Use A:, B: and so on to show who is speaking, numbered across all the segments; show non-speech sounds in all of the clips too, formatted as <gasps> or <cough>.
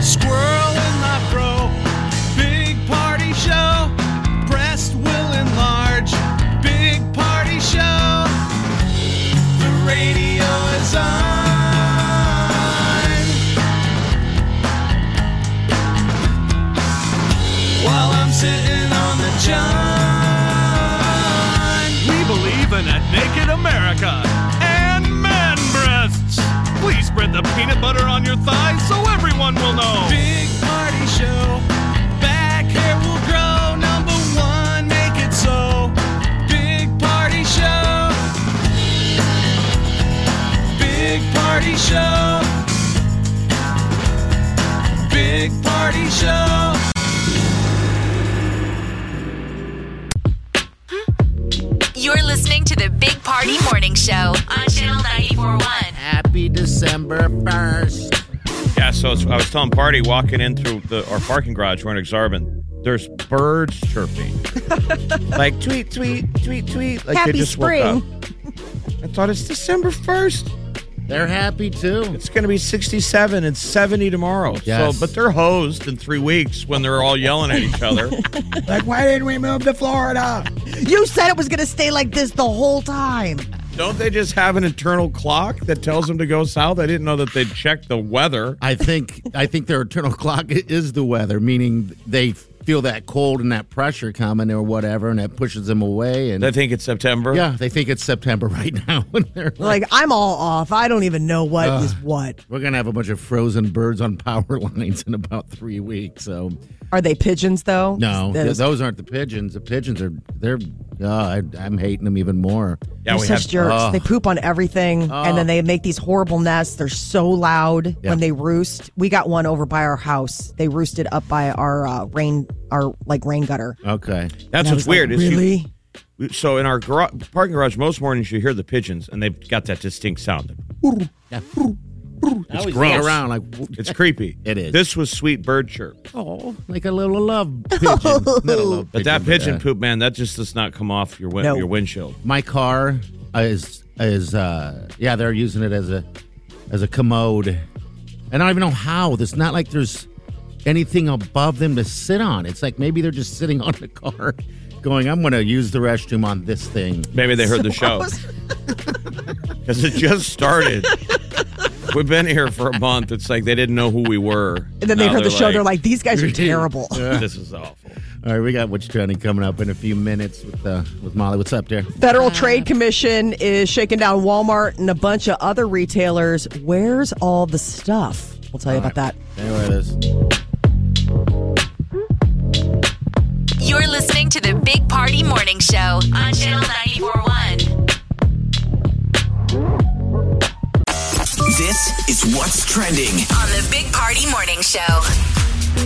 A: Squirrel in my fro, big party show. Breast will enlarge, big party show. The radio is on. While I'm sitting on the john.
B: We believe in a naked America and man breasts. Please spread the peanut butter on your thighs so everyone will know.
A: Big party show. Back hair will grow. Number one, make it so. Big party show. Big party show. Big party show.
C: You're listening to the Big Party Morning Show on Channel 941.
D: Happy December 1st.
B: Yeah, so it's, I was telling Party walking in through the, our parking garage, we're in Exarban. There's birds chirping,
E: <laughs>
B: like tweet, tweet, tweet, tweet. Like
E: Happy
B: they just Woke
E: spring.
B: up. I thought it's December first.
D: They're happy too.
B: It's going to be 67 and 70 tomorrow.
D: Yes.
B: So, but they're hosed in three weeks when they're all yelling at
E: <laughs>
B: each other. like, why didn't we move to Florida?
E: You said it was going to stay like this the whole time.
B: Don't they just have an internal clock that tells them to go south? I didn't know that they'd check the weather.
D: I think I think their eternal <laughs> clock i- is the weather, meaning they feel that cold and that pressure coming or whatever, and that pushes them away. And
B: I think it's September.
D: yeah, they think it's September <laughs> right now, and they're like,
E: Like, I'm all off. I don't even know what is what.
D: "We're gonna have a bunch of frozen birds on power <laughs> lines in about three weeks." So
E: Are they pigeons, though?
D: no, th-
E: Those-
D: those aren't the pigeons. The pigeons are they're. Uh, I, I'm hating them even more.
B: Yeah,
E: they're
B: we
E: such jerks.
B: have.
E: they poop on everything, and then they make these horrible nests. They're so loud
D: Yeah.
E: when they roost. We got one over by our house. They roosted up by our uh, rain, our like rain gutter.
D: Okay.
B: That's
E: And I
B: what's
E: was like,
B: weird. is you-
E: really?
B: so in our gar- parking garage, most mornings you hear the pigeons, and they've got that distinct sound.
D: It's
B: gross.
D: around like
B: It's creepy.
D: <laughs> It is.
B: This was sweet bird chirp,
D: Oh, like a little love pigeon. Not a love
B: but that pigeon
D: uh,
B: poop, man, that just does not come off your win-
E: No.
B: your windshield.
D: my car is is uh yeah, they're using it as a as a commode. And I don't even know how. It's not like there's anything above them to sit on. It's like maybe they're just sitting <laughs> on the car going, I'm gonna use the restroom on this thing.
B: Maybe
E: <laughs>
B: they heard the show because it just started. We've been here for a month. It's like they didn't know who we were.
E: And then they
B: Now
E: heard the show. They're like, these guys are
D: Dude.
E: terrible.
B: this is awful.
D: All right, we got what's trending coming up in a few minutes with uh with Molly. What's up there?
B: <laughs>
E: Federal Trade Commission is shaking down Walmart and a bunch of other retailers. Where's all the stuff? We'll tell you about that.
D: Anyway, this
C: You're listening to the Big Party Morning Show on Channel 941.
F: This is what's trending.
C: On the Big Party Morning Show.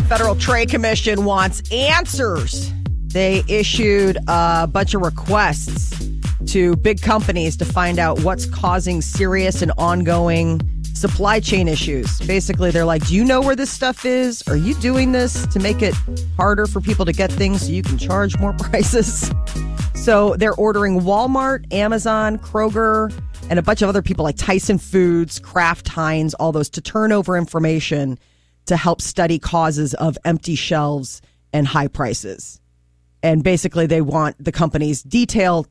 E: Federal Trade Commission wants answers. They issued a bunch of requests to big companies to find out what's causing serious and ongoing supply chain issues. Basically, they're like, Do you know where this stuff is? Are you doing this to make it harder for people to get things so you can charge more <laughs> prices? So they're ordering Walmart, Amazon, Kroger, and a bunch of other people like Tyson Foods, Kraft Heinz, all those to turn over information to help study causes of empty shelves and high prices. And basically, they want the companies detail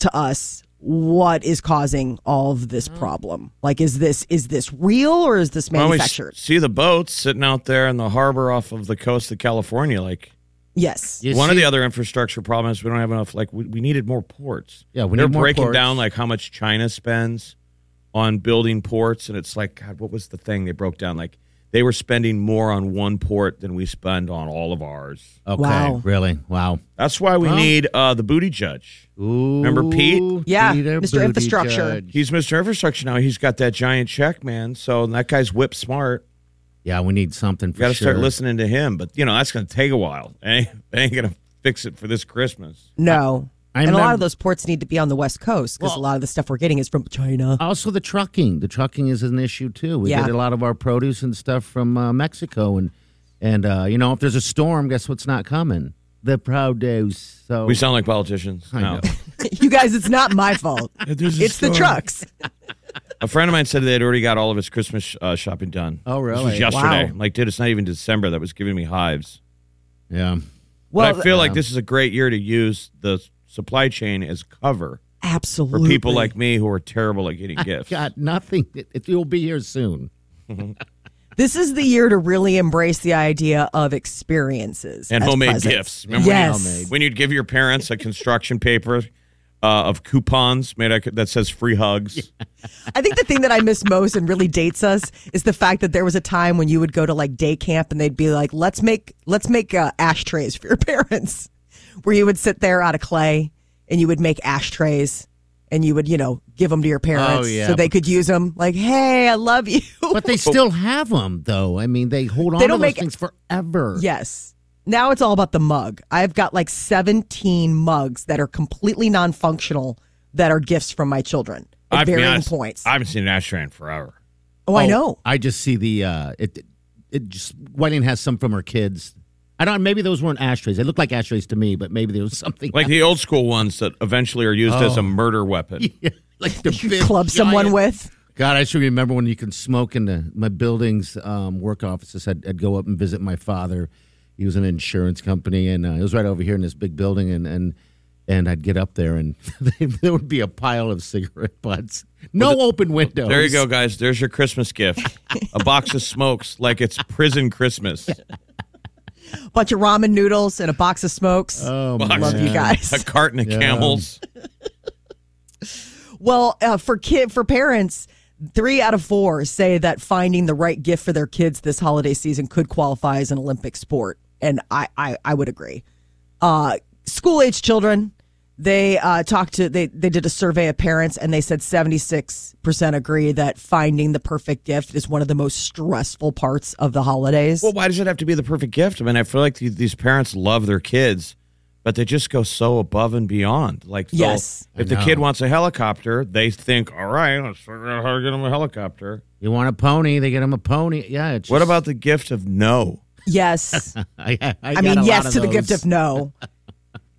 E: to us what is causing all of this problem. Like, is this is this real or is this
B: Why don't we s-
E: manufactured?
B: see the boats sitting out there in the harbor off of the coast of California. Like
E: yes.
D: you
B: one of
D: see-
B: the other infrastructure problems, we don't have enough. Like we, we needed more ports.
D: Yeah, we
B: they're
D: need more
B: breaking
D: ports.
B: down like how much China spends on building ports, and it's like God, what was the thing they broke down? Like They were spending more on one port than we spend on all of ours.
D: Okay.
E: Wow.
D: Really? Wow.
B: That's why we
D: Well-
B: need uh, the booty judge.
D: Ooh,
B: Remember Pete?
E: Yeah,
D: Peter
E: Mr. Infrastructure.
D: Buttigieg.
B: He's Mr. Infrastructure now. He's got that giant check, man. So that guy's whip smart.
D: Yeah, we need something
B: You
D: for
B: got to
D: sure.
B: start listening to him. But, you know, that's going to take a while. <laughs> It ain't, it ain't going to fix it for this Christmas.
E: No.
D: I
E: and a lot
D: remember-
E: of those ports need to be on the West Coast because a lot of the stuff we're getting is from China. <laughs>
D: Also, the trucking. The trucking is an issue too. We
E: Yeah.
D: get a lot of our produce and stuff from uh, Mexico, and and uh, you know if there's a storm, guess what's not coming? The produce. So
B: We sound like politicians.
D: I
B: No.
D: know.
E: you guys, it's not my fault. It's the trucks.
B: A friend of mine said they had already got all of his Christmas uh, shopping done.
D: Oh,
B: This
D: really?
B: was yesterday.
E: Wow.
B: I'm like, dude, it's not even December. That was giving me hives.
D: yeah.
E: Well,
B: but I feel like
D: Yeah.
B: this is a great year to use the supply chain as cover for
E: absolutely.
B: people like me who are terrible at
E: <laughs>
B: getting gifts.
D: Got nothing. It, it, will be here soon.
E: this is the year to really embrace the idea of experiences
B: and
E: as
B: homemade
E: presents.
B: gifts. Remember when you-
E: yes.
D: Homemade.
B: when you'd give your parents a construction paper uh, of coupons made out- that says free hugs.
E: I think the thing that I miss most and really dates us is the fact that there was a time when you would go to like day camp and they'd be like, "Let's make let's make uh, ashtrays for your <laughs> parents," where you would sit there out of clay and you would make ashtrays and you would you know give them to your
B: Oh,
E: parents
D: yeah.
E: so they could use them. Like, hey, I love you.
D: But they still have them, though. I mean, they hold on
E: They
D: to
E: don't
D: those
E: make-
D: things forever.
E: Yes. Now it's all about the mug. I've got like 17 mugs that are completely non functional that are gifts from my children at
B: I'll be
E: varying
B: honest,
E: points.
B: I haven't seen an ashtray in forever.
E: oh, I know.
D: I just see the uh, it. It just Whiting has some from her kids. I don't. Maybe those weren't ashtrays. They look like ashtrays to me, but maybe there was something
B: Like the old school ones that eventually are used
E: Oh.
B: as a murder weapon.
E: <laughs>
D: <laughs> like the
E: You
D: big
E: club someone
D: giant-
E: with.
D: God, I should remember when you can smoke in the, my building's um, work offices. I'd, I'd go up and visit my father. He was an insurance company, and uh, it was right over here in this big building. And and, and I'd get up there, and <laughs> there would be a pile of cigarette butts, no open windows.
B: There you go, guys. There's your Christmas gift. a box of smokes like it's prison
E: <laughs>
B: Christmas.
E: bunch of ramen noodles and a box of smokes.
D: Oh,
B: Box-
E: Love you guys.
B: <laughs> A carton of camels.
E: Well, uh, for kid for parents, three out of four say that finding the right gift for their kids this holiday season could qualify as an Olympic sport, and I I, I would agree. Uh, School age children, they uh, talked to they they did a survey of parents, and they said seventy six percent agree that finding the perfect gift is one of the most stressful parts of the holidays.
B: Well, why does it have to be the perfect gift? I mean, I feel like th- these parents love their kids, but they just go so above and beyond. Like, they'll-
E: Yes.
B: if the kid wants a helicopter, they think, all right, let's figure out how to get him a helicopter.
D: You want a pony? They get him a pony. Yeah. It's
B: What
D: just-
B: about the gift of no?
E: yes.
D: <laughs> I, I,
E: I mean, yes to the gift
D: <laughs>
E: of no.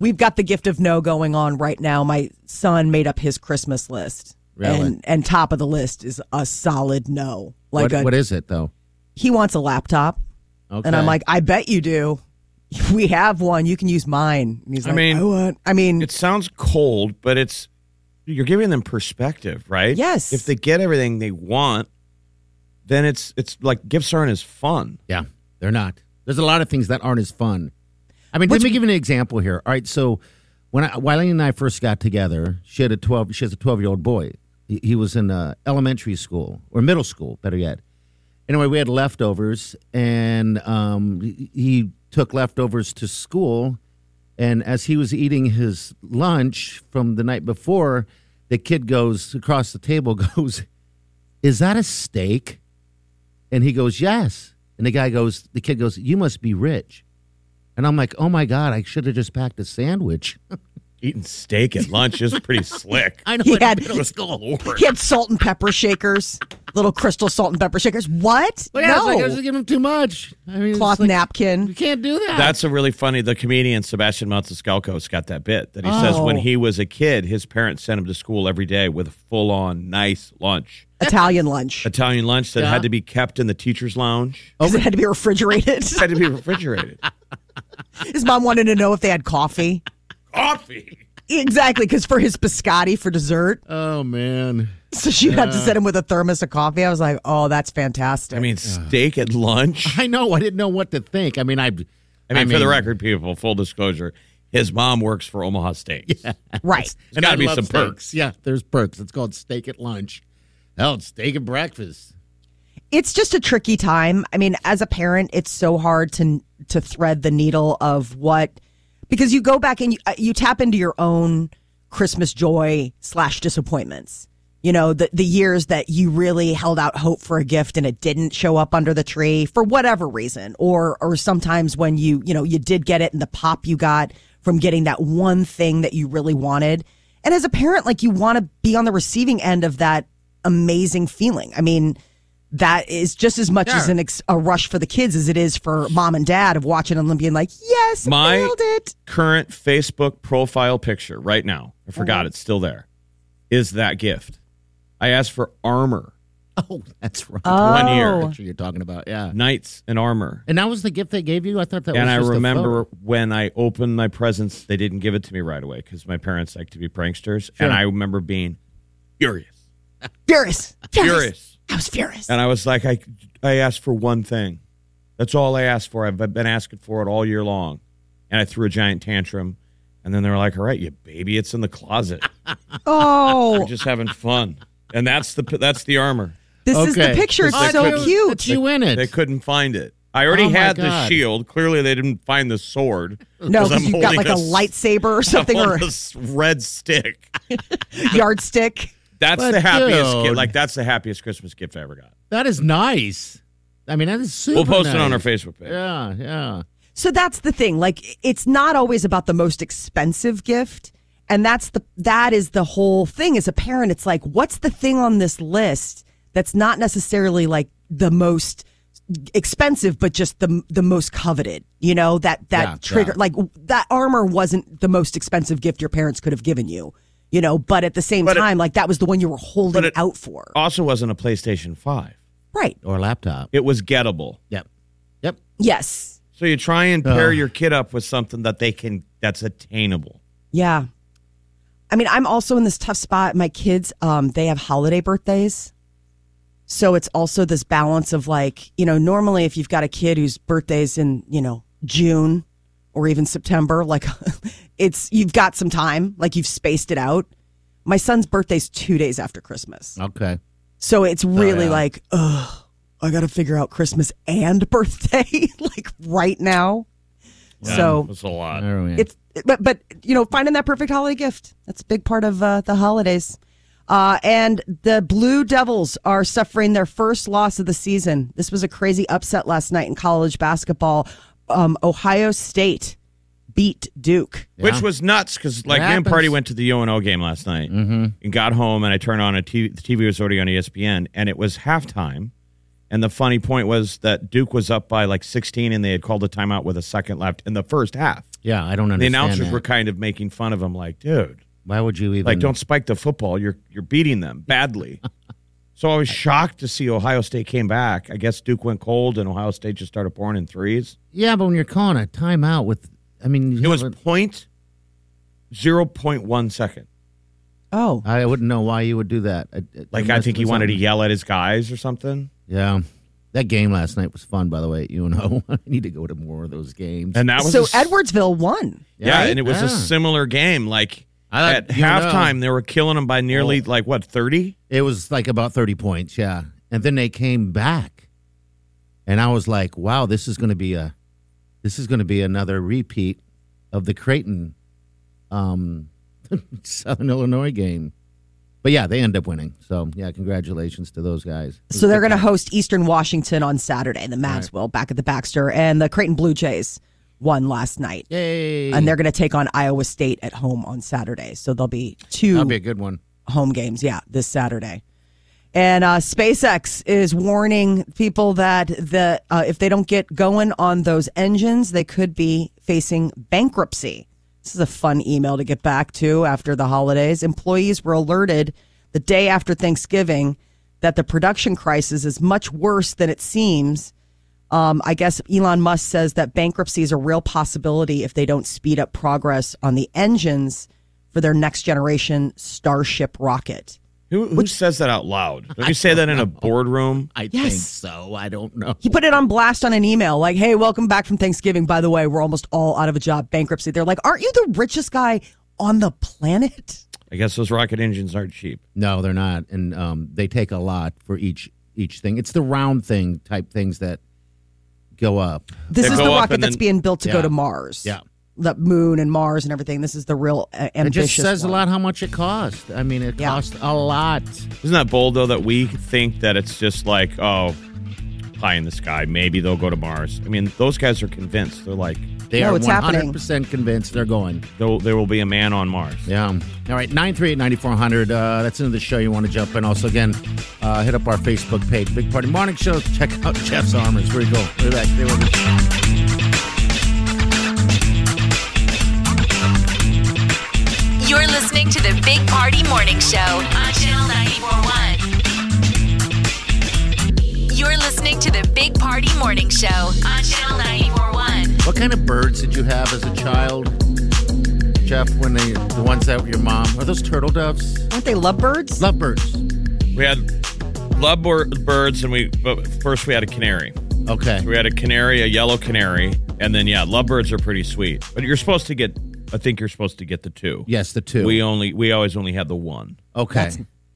E: We've got the gift of no going on right now. My son made up his Christmas list,
D: Really?
E: and and top of the list is a solid no. Like
D: What,
E: a,
D: what is it though?
E: he wants a laptop,
D: Okay.
E: and I'm like, I bet you do. <laughs> We have one. You can use mine. And he's
B: I
E: like,
B: mean,
E: I want. I mean,
B: It sounds cold, but it's you're giving them perspective, right?
E: Yes.
B: If they get everything they want, then it's it's like gifts aren't as fun.
D: Yeah, they're not. There's a lot of things that aren't as fun. I mean, let me give you an example here. All right, so when I, Wileen and I first got together, she had a twelve. She has a twelve year old boy. He, he was in uh, elementary school or middle school, better yet. Anyway, we had leftovers, and um, he, he took leftovers to school. And as he was eating his lunch from the night before, the kid goes across the table, <laughs> goes, "Is that a steak?" And he goes, Yes. And the guy goes, The kid goes, You must be rich. And I'm like, Oh my God, I should have just packed a sandwich.
B: Eating steak at lunch is pretty slick.
D: <laughs> I know
E: He
D: in the
E: had-
D: middle of school.
E: he had salt and pepper shakers, little crystal salt and pepper shakers. What?
D: But yeah, it's
E: no
D: like, I was giving him too much. I mean, it's
E: cloth
D: like, You <laughs>
E: napkin.
D: can't do that.
B: That's a really funny. The comedian Sebastian Maniscalco's got that bit that he says
E: Oh.
B: when he was a kid, his parents sent him to school every day with a full on nice lunch,
E: Italian lunch.
B: Italian lunch that
D: Yeah.
B: had to be kept in the teacher's <laughs> lounge,
E: 'Cause it had to
D: <laughs>
E: be refrigerated.
B: had to be refrigerated.
E: His mom wanted to know if they had coffee.
B: Coffee.
E: Exactly, because for his biscotti for dessert,
D: oh,
B: <laughs>
D: man.
E: so she'd have to send him with a thermos of coffee. I was like, oh, that's fantastic.
B: I mean, steak at lunch.
D: I know. I didn't know what to think. I mean, I.
B: I mean, for the record, people, full disclosure, his mom works for Omaha Steaks.
E: right.
B: There's
D: I
B: got to be
D: love
B: some
D: steaks.
B: perks.
D: Yeah, there's perks. It's called steak at lunch. Hell, it's steak at Oh, breakfast. <laughs>
E: it's just a tricky time. I mean, as a parent, it's so hard to to thread the needle of what because you go back and you, uh, you tap into your own Christmas joy slash disappointments. You know, the the years that you really held out hope for a gift and it didn't show up under the tree for whatever reason, or or sometimes when you you know you did get it and the pop you got from getting that one thing that you really wanted. And as a parent, like you want to be on the receiving end of that amazing feeling. I mean, that is just as much as an ex- a rush for the kids as it is for mom and dad of watching them and being like, yes,
B: My-
E: nailed it.
B: Current Facebook profile picture right now. I forgot it's still there. Is that gift? I asked for armor,
D: Oh, that's right.
B: One year.
D: Picture you're talking about, yeah.
B: knights and armor.
D: And that was the gift they gave you. I thought that.
B: and
D: was
B: I
D: just a
B: remember
D: photo.
B: when I opened my presents, they didn't give it to me right away because my parents like to be pranksters.
D: Sure.
B: And I remember being furious,
E: Furious. Furious.
B: furious.
E: I was furious.
B: And I was like, I, I asked for one thing. That's all I asked for. I've been asking for it all year long. And I threw a giant tantrum. And then they were like, all right, you baby, it's in the closet. We're
E: Oh,
B: just having fun. And that's the that's the armor.
E: this is the
D: Okay.
E: picture. It's
B: It's like
E: so
B: the-
E: cute.
D: It's you in it.
B: They couldn't find it. I already
D: Oh, my
B: had the
D: God.
B: shield. Clearly, they didn't find the sword.
E: No,
B: 'cause I'm
E: because you've got
B: holding
E: like a,
B: a s-
E: lightsaber
B: <laughs>
E: or something
B: on
E: or a
B: this red stick.
E: yardstick.
B: That's
D: But
B: the happiest
D: dude.
B: gift. Like that's the happiest Christmas gift I ever got.
D: that is nice. I mean, that is super.
B: we'll post it on our
D: nice.
B: Facebook page.
D: Yeah, yeah.
E: So that's the thing. Like it's not always about the most expensive gift. And that's the that is the whole thing as a parent. It's like, what's the thing on this list that's not necessarily like the most expensive, but just the the most coveted, you know, that that
D: Yeah,
E: trigger
D: yeah.
E: like that armor wasn't the most expensive gift your parents could have given you. You know, but at the same
B: But it-
E: time, like that was the one you were holding
B: but it-
E: out for.
B: Also, wasn't a PlayStation Five.
E: right.
D: Or laptop.
B: It was gettable.
D: Yep. Yep.
E: Yes.
B: So you try and pair your kid up with something that they can that's attainable.
E: Yeah. I mean, I'm also in this tough spot. My kids, um, they have holiday birthdays. So it's also this balance of like, you know, normally if you've got a kid whose birthday's in, you know, June or even September, like <laughs> it's, you've got some time, like you've spaced it out. My son's birthday's two days after Christmas.
D: Okay.
E: So it's really
D: yeah.
E: like, ugh, I got to figure out Christmas and <laughs> birthday, like right now. so
B: That's a lot.
D: There we are.
E: it's but but you know finding that perfect holiday gift that's a big part of uh, the holidays uh, and the blue devils are suffering their first loss of the season this was a crazy upset last night in college basketball um, ohio state beat duke
B: Which was nuts because like me and
D: happens. Mm-hmm.
B: Party went to the UNO game last night and got home and I turned on a TV. The TV was already on E ESPN and it was halftime. And the funny point was that Duke was up by like 16 and they had called a timeout with a second left in the first half.
D: yeah, I don't understand.
B: The announcers
D: that.
B: were kind of making fun of him, like, dude,
D: Why would you even?
B: like don't spike the football. You're you're beating them
D: <laughs>
B: badly. so I was shocked to see Ohio State came back. I guess Duke went cold and Ohio State just started pouring in threes.
D: Yeah, but when you're calling a timeout with, I mean, you
B: It was
D: haven't-
B: point zero point one second.
E: oh
D: I wouldn't know why you would do that.
B: Like I think he wanted to
D: to.
B: yell at his guys or something.
D: Yeah. That game last night was fun, by the way. You know, <laughs> I need to go to more of those games.
B: And that was
E: so
B: a s-
E: edwardsville won
B: Yeah,
D: right?
B: and it was
D: Yeah.
B: a similar game. Like
D: I like-
B: at
D: you know. Oh.
B: halftime, they were killing him by nearly like what thirty.
D: It was like about 30 points, yeah. And then they came back. And I was like, wow, this is going to be a this is going to be another repeat of the Creighton um <laughs> Southern Illinois game. But yeah, they end up winning. So, yeah, congratulations to those guys.
E: so they're going to host eastern washington on saturday the mavs will back at the baxter and the creighton blue jays won last night
D: Yay.
E: and they're going to take on iowa state at home on saturday so there'll be two
D: That'll be a good one.
E: home games. Yeah, this Saturday. And uh, SpaceX is warning people that the uh, if they don't get going on those engines, they could be facing bankruptcy. This is a fun email to get back to after the holidays. Employees were alerted the day after Thanksgiving that the production crisis is much worse than it seems. Um, I guess Elon Musk says that bankruptcy is a real possibility if they don't speed up progress on the engines for their next generation Starship rocket.
B: Who, who says that out loud? Don't you say that in a boardroom?
D: I think
E: Yes.
D: so. I don't know.
E: He put it on blast on an email like, hey, welcome back from Thanksgiving. By the way, we're almost all out of a job, bankruptcy. They're like, aren't you the richest guy on the planet?
B: I guess those rocket engines aren't cheap.
D: No, they're not, and um, they take a lot for each each thing. It's the round thing type things that go up.
E: This
B: They
E: is the
B: go up
E: rocket
B: and
E: that's
B: then-
E: being built to go
D: Yeah.
E: to Mars.
D: Yeah.
E: The moon and Mars and everything. This is the real uh,
D: It just
E: ambitious.
D: says
E: one.
D: a lot how much it cost. I mean, it
E: Yeah.
D: cost a lot.
B: Isn't that bold though that we think that it's just like oh, pie in the sky? Maybe they'll go to Mars. I mean, those guys are convinced. They're like
D: They
E: No,
D: are
E: it's
D: one
E: happening.
D: hundred percent convinced they're going.
B: there there will be a man on Mars.
D: Yeah. All right, 938-9400. Uh, that's into the show you want to jump in. Also, again, uh, hit up our Facebook page, Big Party Morning Show. Check out <laughs> Jeff's armors. Where you go? Look at that. They were-
C: You're listening to the Big Party Morning Show on Channel 941. You're listening to the Big Party Morning Show on Channel 941.
D: What kind of birds did you have as a child, Jeff, when they, the ones that were your mom? Are those turtle doves?
E: Aren't they lovebirds?
D: Lovebirds.
B: We had lovebird birds, and we but first we had a canary.
D: Okay.
B: We had a canary, a yellow canary, and then yeah, lovebirds are pretty sweet. But you're supposed to get, I think you're supposed to get the two.
D: Yes, the two.
B: We only, we always only had the one.
D: okay.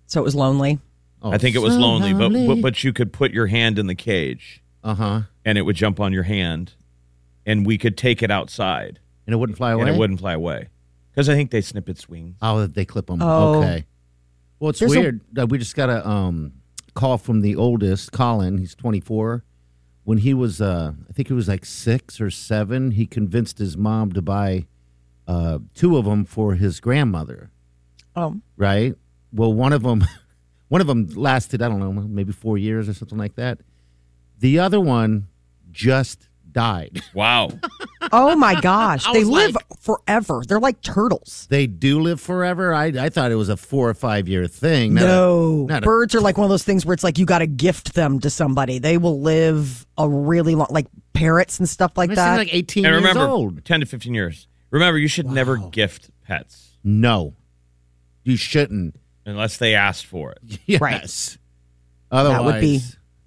E: So it was lonely.
D: Oh,
B: I think it was
D: so
B: lonely, But, but but you could put your hand in the cage,
D: uh-huh.
B: and it would jump on your hand, and we could take it outside,
D: And it wouldn't fly away?
B: and it wouldn't fly away, because I think they snip its wings.
D: Oh, they clip them.
E: Oh.
D: Okay. Well, it's
E: There's a-
D: weird. that we just got a um, call from the oldest, Colin. He's 24. When he was, uh, I think he was like six or seven, he convinced his mom to buy uh, two of them for his grandmother.
E: Oh,
D: Right. Well, one of them, <laughs> one of them lasted. I don't know, maybe four years or something like that. The other one just died. <laughs>
E: <laughs>
B: Wow,
E: oh my gosh!
D: I
E: they
D: was
E: live
D: like-
E: forever. They're like turtles.
D: They do live forever. I I thought it was a four or five year thing. not a-
E: No,
D: not a-
E: birds are like one of those things where it's like you got to gift them to somebody. They will live a really long, like parrots and stuff like
D: It seems
E: that.
D: like 18
B: and
D: years
B: remember,
D: old.
B: ten to fifteen years. Remember, you should never gift pets
D: No, you shouldn't. <laughs>
B: unless they asked for it.
D: Yes. Otherwise,
E: That would be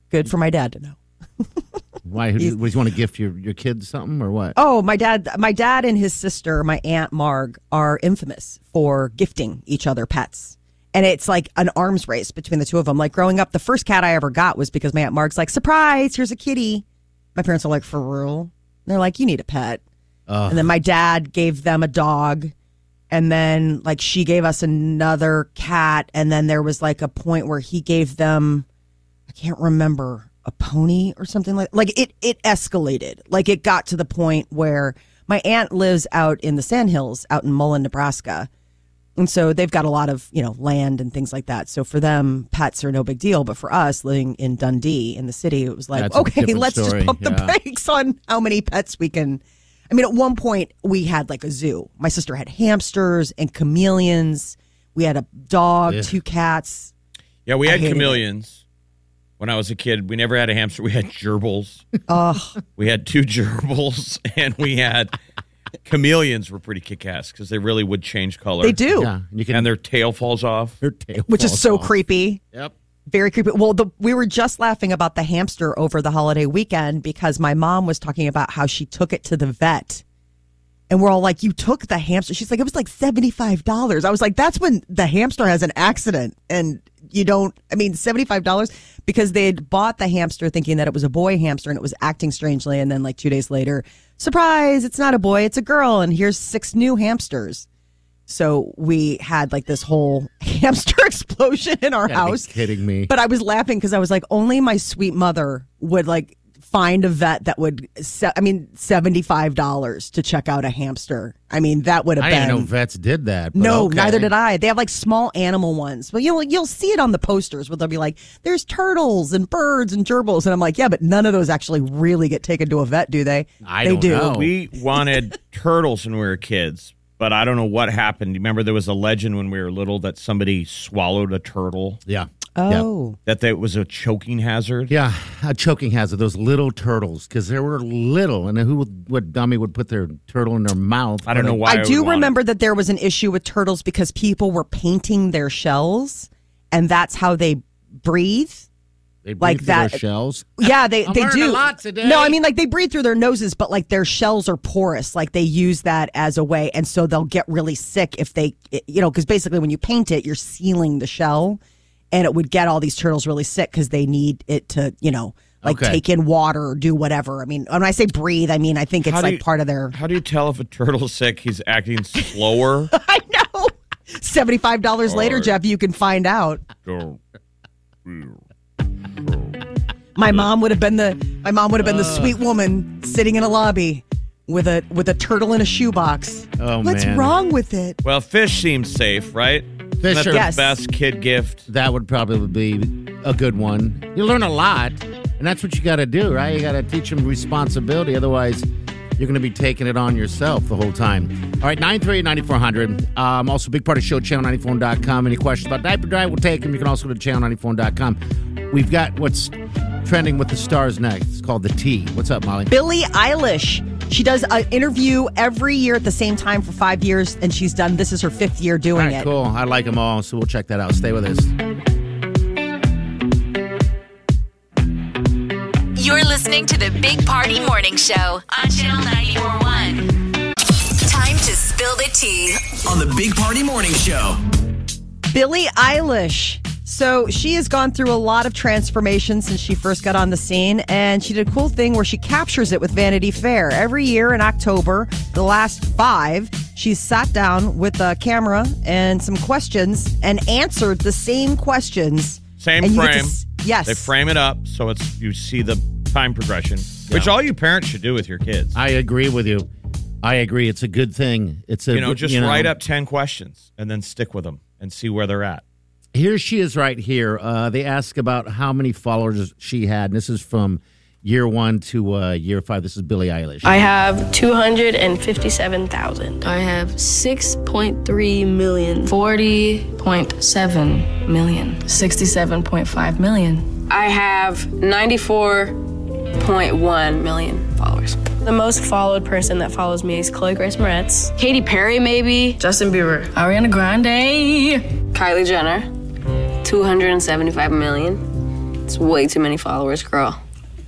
E: good for my dad to know.
D: why? Would you, would you want to gift your, your kids something or what?
E: Oh, my dad, my dad and his sister, my aunt Marg, are infamous for gifting each other pets. And it's like an arms race between the two of them. Like growing up, the first cat I ever got was because my aunt Marg's like, "Surprise, here's a kitty." My parents are like, "For real?" And they're like, "You need a pet."
D: Ugh.
E: And then my dad gave them a dog, and then like she gave us another cat, and then there was like a point where he gave them I can't remember a pony or something like like it it escalated. Like it got to the point where my aunt lives out in the Sandhills out in Mullen, Nebraska. And so they've got a lot of, you know, land and things like that. So for them, pets are no big deal. But for us living in Dundee in the city, it was like,
D: That's a
E: okay,
D: different
E: let's
D: story,
E: just pump the
D: yeah.
E: brakes on how many pets we can. I mean, at one point we had like a zoo. My sister had hamsters and chameleons. We had a dog,
D: Ugh.
E: two cats.
B: Yeah, we
E: I
B: had
E: hated it.
B: chameleons when I was a kid. We never had a hamster. We had gerbils.
E: Ugh.
B: We had two <laughs> gerbils and we had <laughs> chameleons were pretty kick ass because they really would change color.
E: they do.
D: yeah, you can.
B: And their tail falls off.
D: their tail
E: which is
D: falls
E: so
D: off.
E: creepy.
D: Yep.
E: Very creepy. Well, the, we were just laughing about the hamster over the holiday weekend because my mom was talking about how she took it to the vet. And we're all like, You took the hamster. She's like, It was like $75. I was like, That's when the hamster has an accident. And you don't, I mean, $75 because they had bought the hamster thinking that it was a boy hamster and it was acting strangely. And then, like, two days later, surprise, it's not a boy, it's a girl. And here's six new hamsters. So we had like this whole <laughs> hamster explosion in our
D: Gotta be
E: house.
D: kidding me.
E: But I was laughing because I was like, only my sweet mother would like find a vet that would. Se- I mean, seventy five dollars to check out a hamster. I mean, that would have
D: I didn't know
E: been.
D: vets did that. but
E: No,
D: okay.
E: neither did I. They have like small animal ones. Well, you'll you'll see it on the posters where they'll be like, "There's turtles and birds and gerbils," and I'm like, "Yeah, but none of those actually really get taken to a vet, do they?"
D: I
E: they
D: don't
E: do.
D: know.
B: We wanted turtles when we were kids, but I don't know what happened. You Remember, there was a legend when we were little that somebody swallowed a turtle,
D: Yeah.
E: Oh,
B: that that was a choking hazard.
D: Yeah, a choking hazard. Those little turtles, because they were little, and who, would- what dummy would put their turtle in their mouth?
B: I don't know why.
E: I
B: would
E: do
B: want it.
E: remember that there was an issue with turtles because people were painting their shells, and that's how they breathe.
D: They breathe
E: like
D: through their
E: that.
D: shells.
E: Yeah, they
D: I'm
E: they
D: learning a
E: do.
D: lot today.
E: No, I mean like they breathe through their noses, but like their shells are porous. Like they use that as a way, and so they'll get really sick if they, you know, because basically when you paint it, you're sealing the shell, and it would get all these turtles really sick because they need it to, you know, like
D: Okay.
E: take in water or do whatever. I mean, when I say breathe, I mean I think it's
B: How do
E: like
B: you-
E: part of
D: <laughs>
E: their. <laughs>
B: How do you tell if a turtle's sick? He's acting slower.
E: I know. Seventy-five dollars later, Jeff, you can find out. My mom would have been the my mom would have been the
D: Uh.
E: sweet woman sitting in a lobby with a with a turtle in a shoebox.
D: Oh,
E: What's
D: man.
E: wrong with it?
B: well, fish seems safe, right?
D: Fish
B: That's
D: are-
B: the
E: Yes.
B: best kid gift.
D: That would probably be a good one. You learn a lot, and that's what you got to do, right? You got to teach them responsibility. Otherwise, you're going to be taking it on yourself the whole time. All right, 938-9400. Um, also, big part of show, channel94.com. Any questions about diaper drive, we'll take them. You can also go to channel94.com. We've got what's trending with the stars next. It's called The T. What's up, Molly?
E: Billie Eilish. She does an interview every year at the same time for five years, and she's done. This is her fifth year
D: All
E: doing
D: right,
E: it.
D: cool. I like them all, so we'll check that out. Stay with us.
C: You're listening to the Big Party Morning Show on Channel 941. Time to spill the tea.
F: on the Big Party Morning Show.
E: Billie Eilish. So she has gone through a lot of transformation since she first got on the scene, and she did a cool thing where she captures it with Vanity Fair. Every year in October, the last five, she sat down with a camera and some questions and answered the same questions.
B: Same
E: And you get to
B: frame.
E: s- yes.
B: They frame it up so it's you see the time progression, which
D: Yeah.
B: all you parents should do with your kids.
D: I agree with you. I agree. It's a good thing. It's a
B: you know, just
D: you know,
B: write up 10 questions and then stick with them and see where they're at.
D: Here she is right here. Uh, they ask about how many followers she had. And this is from year one to uh, year five. This is Billie Eilish.
G: I have 257,000. I have 6.3 million. 40.7 million. 67.5 million. I have 94.1 million followers. The most followed person that follows me is Chloe Grace Moretz. Katy Perry, maybe. Justin Bieber. Ariana Grande. Kylie Jenner. 275 million. It's way too many followers, girl.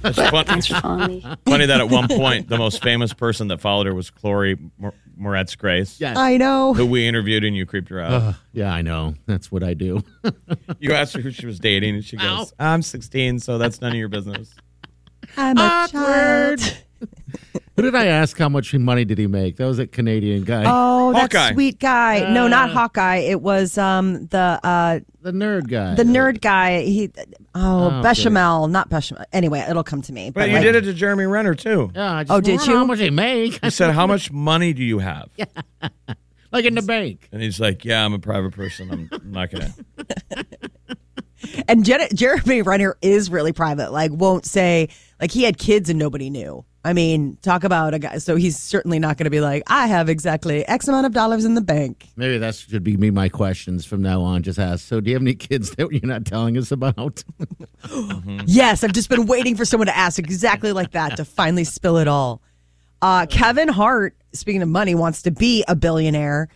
B: Fun-
G: Follow me.
B: funny that at one point, the most famous person that followed her was Chloe Mor- Moretz Grace,
D: yes.
E: I know.
B: who we interviewed and you creeped her out.
D: yeah, I know. <laughs> That's what I do.
B: You asked her who she was dating, and she goes,
D: Ow.
B: "I'm 16, so that's none of your business."
E: I'm a child.
D: Who did I ask how much money did he make? That was that Canadian guy.
E: Oh, that
B: Hawkeye.
E: sweet guy. no, not Hawkeye. It was um the uh
D: the nerd guy.
E: the nerd guy. He oh,
D: okay.
E: bechamel, not bechamel. Anyway, it'll come to me.
B: But you
E: like-
B: did it to Jeremy Renner too.
D: Yeah, I just
E: Oh, did
D: wonder How
E: you?
D: much he make? <laughs>
B: You said, "How much money do you have?"
D: like in the bank.
B: And he's like, "Yeah, I'm a private person. I'm, I'm not gonna."
E: And Jen- Jeremy Renner is really private. Like, won't say like he had kids and nobody knew. I mean, talk about a guy. So he's certainly not going to be like, I have exactly X amount of dollars in the bank.
D: Maybe that should be me. My questions from now on. Just ask. So, do you have any kids that you're not telling us about? <laughs>
E: Yes, I've just been waiting for someone to ask exactly like that to finally spill it all. Uh, Kevin Hart, speaking of money, wants to be a billionaire,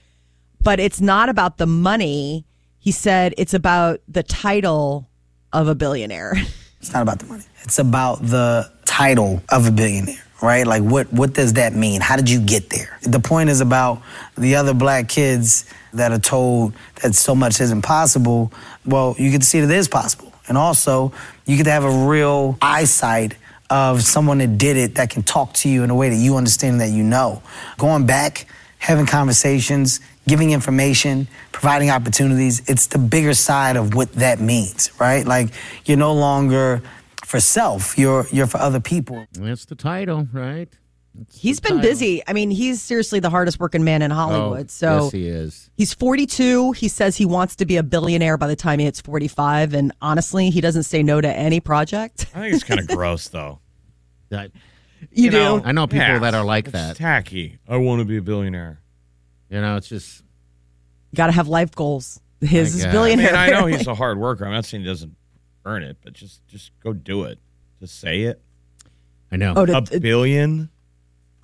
E: but it's not about the money. He said it's about the title of a billionaire. <laughs>
F: It's not about the money. It's about the title of a billionaire, right? Like what what does that mean? How did you get there? The point is about the other black kids that are told that so much isn't possible. Well, you get to see that it is possible. And also, you get to have a real eyesight of someone that did it that can talk to you in a way that you understand and that you know. Going back, having conversations, giving information, providing opportunities, it's the bigger side of what that means, right? Like you're no longer for self, you're you're for other people.
D: That's the title, right?
E: He's been busy. I mean, he's seriously the hardest working man in
D: Oh,
E: Hollywood. so
D: yes, he is.
E: he's 42. He says he wants to be a billionaire by the time he hits 45. And honestly, he doesn't say no to any project. <laughs>
B: I think it's kind of gross, though.
D: That-
E: You, do.
B: know?
D: I know people
B: Yeah.
D: that are like
B: It's
D: that.
B: tacky. I want to be a billionaire.
D: You know, it's just
E: Got to have life goals. His is
D: guess.
B: I
E: billionaire.
B: mean, I know he's
E: apparently.
B: a hard worker. I'm not saying he doesn't earn it, but just just go do it. Just say it.
D: I know.
E: <laughs> Oh,
B: A
E: to,
B: billion.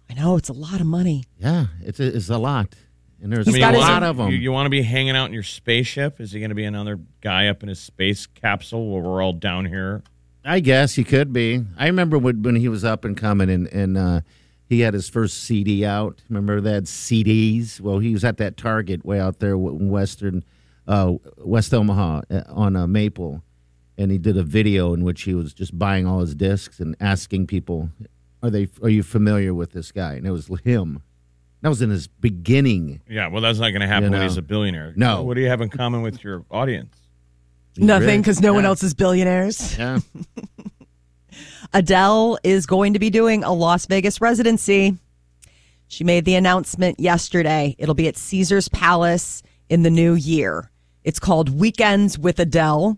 E: I know it's a lot of money.
D: Yeah, it's a, it's a lot, and there's
E: He's
D: a
E: got his-
D: lot of them.
B: You, want to be hanging out in your spaceship? Is he going to be another guy up in his space capsule where we're all down here?
D: I guess he could be. I remember when, when he was up and coming, and and uh, he had his first CD out. Remember that CDs? Well, he was at that Target way out there in Western uh, West Omaha uh, on uh, Maple, and he did a video in which he was just buying all his discs and asking people, "Are they? Are you familiar with this guy?" And it was him. That was in his beginning.
B: Yeah, well, that's not going to happen
D: You
B: when
D: know.
B: he's a billionaire.
D: No.
B: What do you have in common with your audience?
E: Nothing,
D: Really?
E: because no one
D: Yeah.
E: else is billionaires. <laughs>
D: Yeah.
E: Adele is going to be doing a Las Vegas residency. She made the announcement yesterday. It'll be at Caesar's Palace in the new year. It's called Weekends with Adele.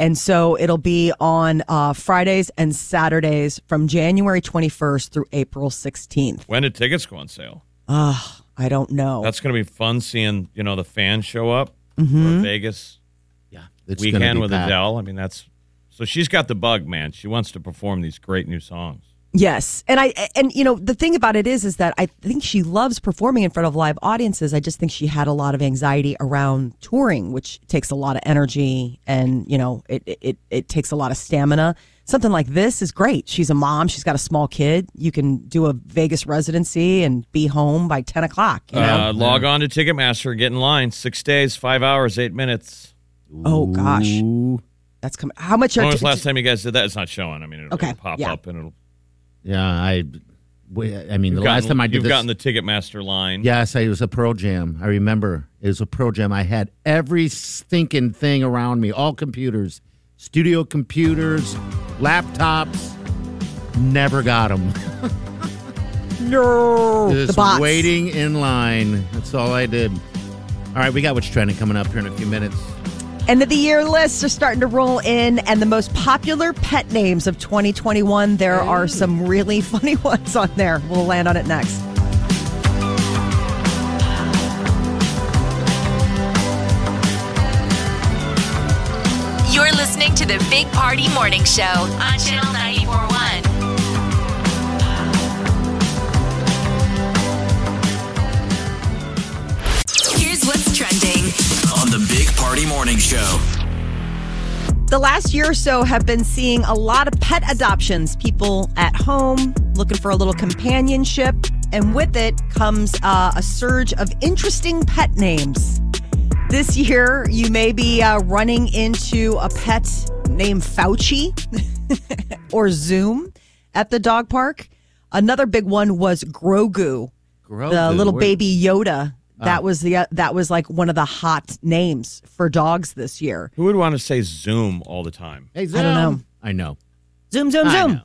E: And so it'll be on uh, Fridays and Saturdays from January 21st through April 16th.
B: When did tickets go on sale?
E: Ah, I don't know.
B: That's going to be fun seeing, you know, the fans show up for Vegas
D: Mm-hmm. It's gonna
B: weekend
D: be
B: with
D: packed.
B: Adele. I mean, that's so she's got the bug, man. She wants to perform these great new songs.
E: Yes, and I and you know the thing about it is is that I think she loves performing in front of live audiences. I just think she had a lot of anxiety around touring, which takes a lot of energy and you know it it- it it takes a lot of stamina. Something like this is great. She's a mom. She's got a small kid. You can do a Vegas residency and be home by ten o'clock. you know?
B: Uh, log on to Ticketmaster, get in line. Six days, five hours, eight minutes.
E: oh gosh,
D: Ooh.
E: that's coming. How much? Are
B: When was
E: t-
B: the last time you guys did that? It's not showing. I mean, it'll,
E: Okay,
B: it'll pop
E: yeah.
B: up and it'll.
D: Yeah, I. we- I mean, the
B: you've
D: last
B: gotten-
D: time I did
B: you've
D: this,
B: gotten the Ticketmaster line.
D: Yes, I, it was a Pearl Jam. I remember it was a Pearl Jam. I had every stinking thing around me, all computers, studio computers, laptops. Never got them.
E: no, the
D: Just
E: box.
D: waiting in line. That's all I did. All right, we got what's trending coming up here in a few minutes.
E: End of the year lists are starting to roll in, and the most popular pet names of 2021. There are some really <laughs> funny ones on there. We'll land on it next.
C: You're listening to the Big Party Morning Show on Channel 941. Here's what's trending.
H: on the Big Party Morning Show.
E: The last year or so have been seeing a lot of pet adoptions, people at home looking for a little companionship, and with it comes uh, a surge of interesting pet names. This year, you may be uh, running into a pet named Fauci <laughs> or Zoom at the dog park. Another big one was Grogu, the
D: Grogu,
E: little
D: where- Ah.
E: baby Yoda. That was the uh, that was like one of the hot names for dogs this year.
B: Who would want to say Zoom all the time?
D: Hey,
E: I don't know.
D: Zoom. I know.
E: Zoom, zoom,
D: I
E: zoom.
D: know.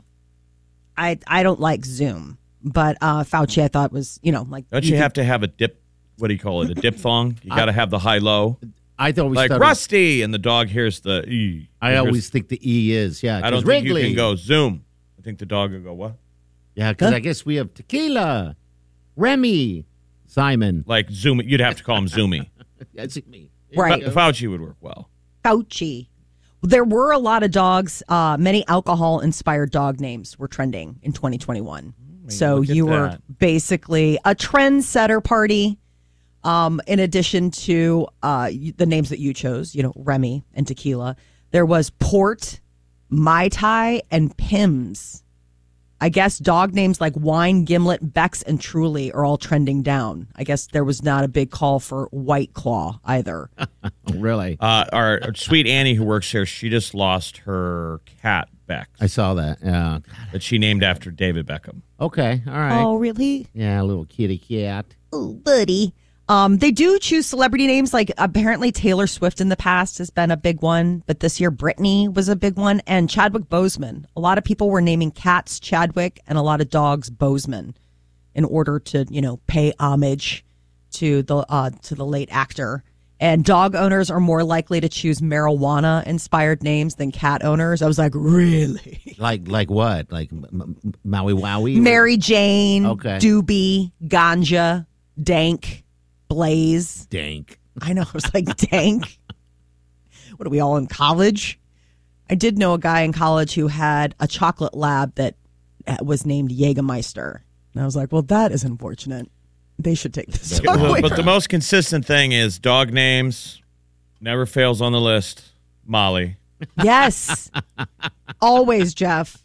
E: I I don't like Zoom, but uh, Fauci I thought was you know like
B: Don't you have to have a dip? What do you call it? A diphthong?
D: <laughs>
B: You got to have the high low.
D: I always
B: Like
D: thought it-
B: Rusty, and the dog hears the E.
D: I always think the E is yeah.
B: I don't
D: 'cause
B: think you
D: Wrigley.
B: can go Zoom. I think the dog would go what?
D: Yeah, because
E: Huh?
D: I guess we have tequila, Remy, Simon.
B: Like Zoom. You'd have to call him Zoomy.
D: <laughs> That's me.
E: Right.
B: Fa- Fauci would work well.
E: Fauci. There were a lot of dogs. Uh, many alcohol-inspired dog names were trending in 2021. So
B: look at
E: you were
B: that.
E: basically a trendsetter party. Um, in addition to uh, y- the names that you chose, you know Remy and Tequila, there was Port, Mai Tai, and Pims. I guess dog names like Wine, Gimlet, Bex, and Truly are all trending down. I guess there was not a big call for White Claw either.
D: Oh, really?
B: Uh, our, our sweet Annie, who works here, she just lost her cat Beck,
D: I saw that. Yeah.
B: that she named after David Beckham.
D: Okay. All right.
E: Oh, really?
D: Yeah, little kitty cat.
E: Ooh, buddy. Um, they do choose celebrity names. Like apparently Taylor Swift in the past has been a big one, but this year Britney was a big one, and Chadwick Boseman. A lot of people were naming cats Chadwick and a lot of dogs Boseman, in order to you know pay homage to the uh, to the late actor. And dog owners are more likely to choose marijuana inspired names than cat owners. I was like, really?
D: Like like what? Like m- m- Maui Wowie?
E: Mary Jane,
D: Okay.
E: Doobie, Ganja, Dank, Blaze.
D: Dank.
E: I know. I was like, Dank. What are we all in college? I did know a guy in college who had a chocolate lab that uh, was named Jägermeister. And I was like, well, that is unfortunate. They should take this. away. <laughs>
B: but the most consistent thing is dog names never fails on the list. Molly.
E: yes. Always, Jeff.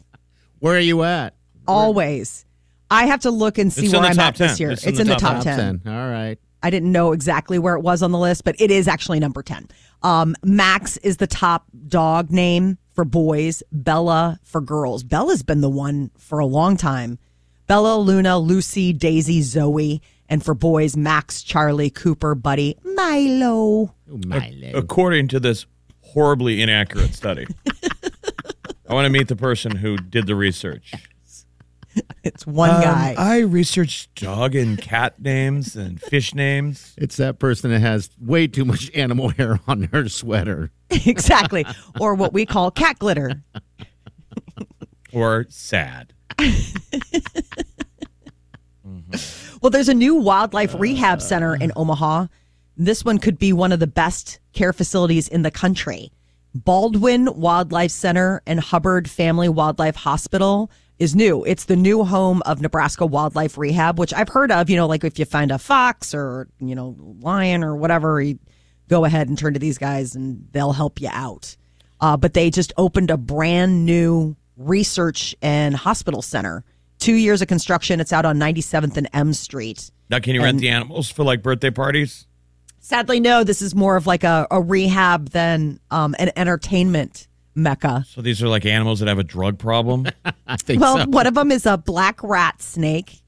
D: Where are you at?
E: Always. I have to look and see
B: It's in
E: where
B: the
E: I'm
B: top
E: at this
B: 10.
E: year.
B: It's in the
E: top,
B: top
E: 10.
D: All right.
E: I didn't know exactly where it was on the list, but it is actually number 10. Um, Max is the top dog name for boys, Bella for girls. Bella's been the one for a long time. Bella, Luna, Lucy, Daisy, Zoe, and for boys, Max, Charlie, Cooper, Buddy, Milo.
D: Oh, my lord.
B: according to this horribly inaccurate <laughs> study. I want to meet the person who did the research.
E: It's one guy.
B: Um, I researched dog and cat names and fish names.
D: It's that person that has way too much <laughs> animal hair on her sweater.
E: <laughs> exactly. Or what we call cat glitter.
B: Or sad.
E: Well, there's a new wildlife rehab center in Omaha. This one could be one of the best care facilities in the country. Baldwin Wildlife Center and Hubbard Family Wildlife Hospital is new. It's the new home of Nebraska Wildlife Rehab, which I've heard of, you know, like if you find a fox or, you know, lion or whatever, you go ahead and turn to these guys and they'll help you out. Uh, but they just opened a brand new research and hospital center. Two years of construction. It's out on 97th and M Street.
B: Now, can you rent the animals for like birthday parties?
E: Sadly, no. This is more of like a, a rehab than um, an entertainment mecca.
B: So these are like animals that have a drug problem.
D: I think
E: Well,
D: so.
E: one of them is a black rat snake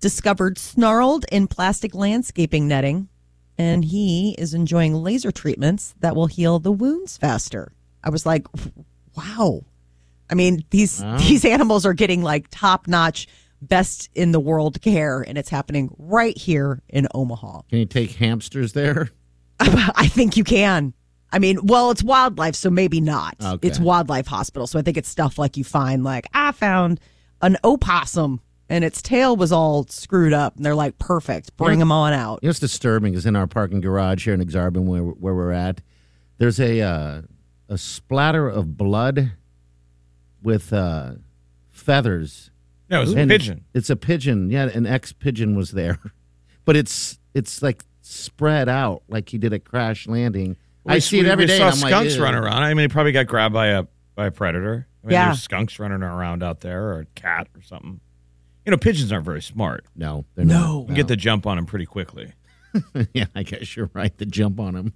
E: discovered snarled in plastic landscaping netting, and he is enjoying laser treatments that will heal the wounds faster. I was like, wow. I mean, these these animals are getting like top notch, best in the world care, and it's happening right here in Omaha.
D: Can you take hamsters there?
E: <laughs> I think you can. I mean, well, it's wildlife, so maybe not.
D: Okay.
E: It's wildlife hospital, so I think it's stuff like you find like I found an opossum and its tail was all screwed up, and they're like, perfect, bring them on out.
D: You know what's disturbing is in our parking garage here in Exarban, where where we're at. There's a uh, a splatter of blood with uh, feathers.
B: No, it's a
D: And
B: pigeon.
D: It's a pigeon. Yeah, an ex pigeon was there, <laughs> but it's it's like spread out like he did a crash landing. I
B: We-
D: see it
B: we-
D: every
B: we
D: day.
B: Saw
D: and I'm like,
B: skunks
D: "Ew."
B: run around. I mean, he probably got grabbed by a by a predator. I mean,
E: Yeah.
B: there's skunks running around out there, or a cat, or something. You know, pigeons aren't very smart.
D: No, they're not.
E: No.
B: You can get the jump on them pretty quickly.
D: <laughs> yeah, I guess you're right. The jump on him.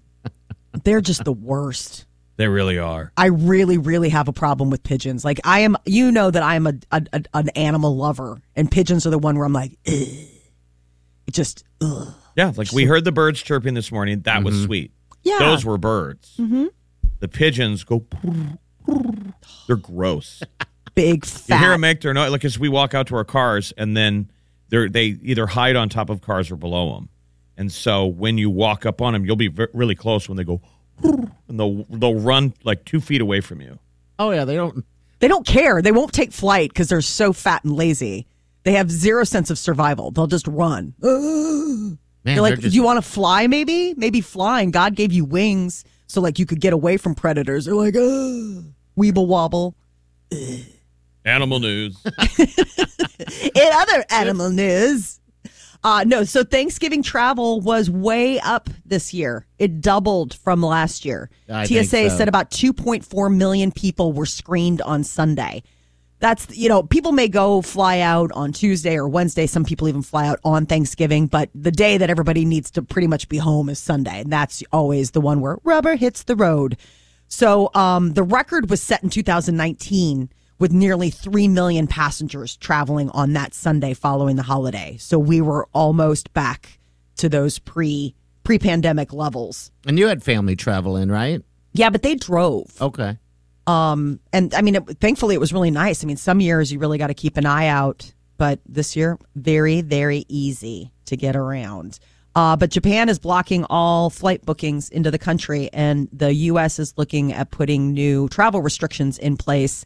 E: They're just the worst.
B: They really are.
E: I really, really have a problem with pigeons. Like I am, you know that I am a, a, a- an animal lover, and pigeons are the one where I'm like, Ugh. it just, ugh.
B: Yeah, like we heard the birds chirping this morning. That
D: Mm-hmm.
B: was sweet.
E: yeah,
B: Those were birds. Mm-hmm. The pigeons go. <laughs> They're gross.
E: big
B: You hear
E: fat.
B: them make their noise, like as we walk out to our cars, and then they they either hide on top of cars or below them. And so when you walk up on them, you'll be ve- really close when they go, <laughs> and they'll they'll run like two feet away from you.
D: Oh yeah, they don't.
E: They don't care. They won't take flight because they're so fat and lazy. They have zero sense of survival. They'll
D: <gasps>
E: just run.
D: Man,
E: You're
D: they're
E: like,
D: just,
E: do you want to fly? Maybe, maybe flying. God gave you wings so like you could get away from predators. They're like, oh, weeble wobble.
B: Animal news.
E: In other animal news, uh, no. So Thanksgiving travel was way up this year. It doubled from last year.
D: I
E: TSA
D: think so.
E: said about 2.4 million people were screened on Sunday. That's you know people may go fly out on Tuesday or Wednesday. Some people even fly out on Thanksgiving, but the day that everybody needs to pretty much be home is Sunday, and that's always the one where rubber hits the road. So um, the record was set in 2019 with nearly 3 million passengers traveling on that Sunday following the holiday. So we were almost back to those pre pre pandemic levels.
D: and you had family travel in, right?
E: Yeah, but they drove.
D: Okay.
E: Um, and I mean, it, thankfully it was really nice. I mean, some years you really got to keep an eye out, but this year, very, very easy to get around. Uh, but Japan is blocking all flight bookings into the country, and the U.S. is looking at putting new travel restrictions in place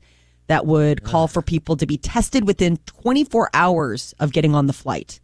E: that would call for people to be tested within 24 hours of getting on the flight.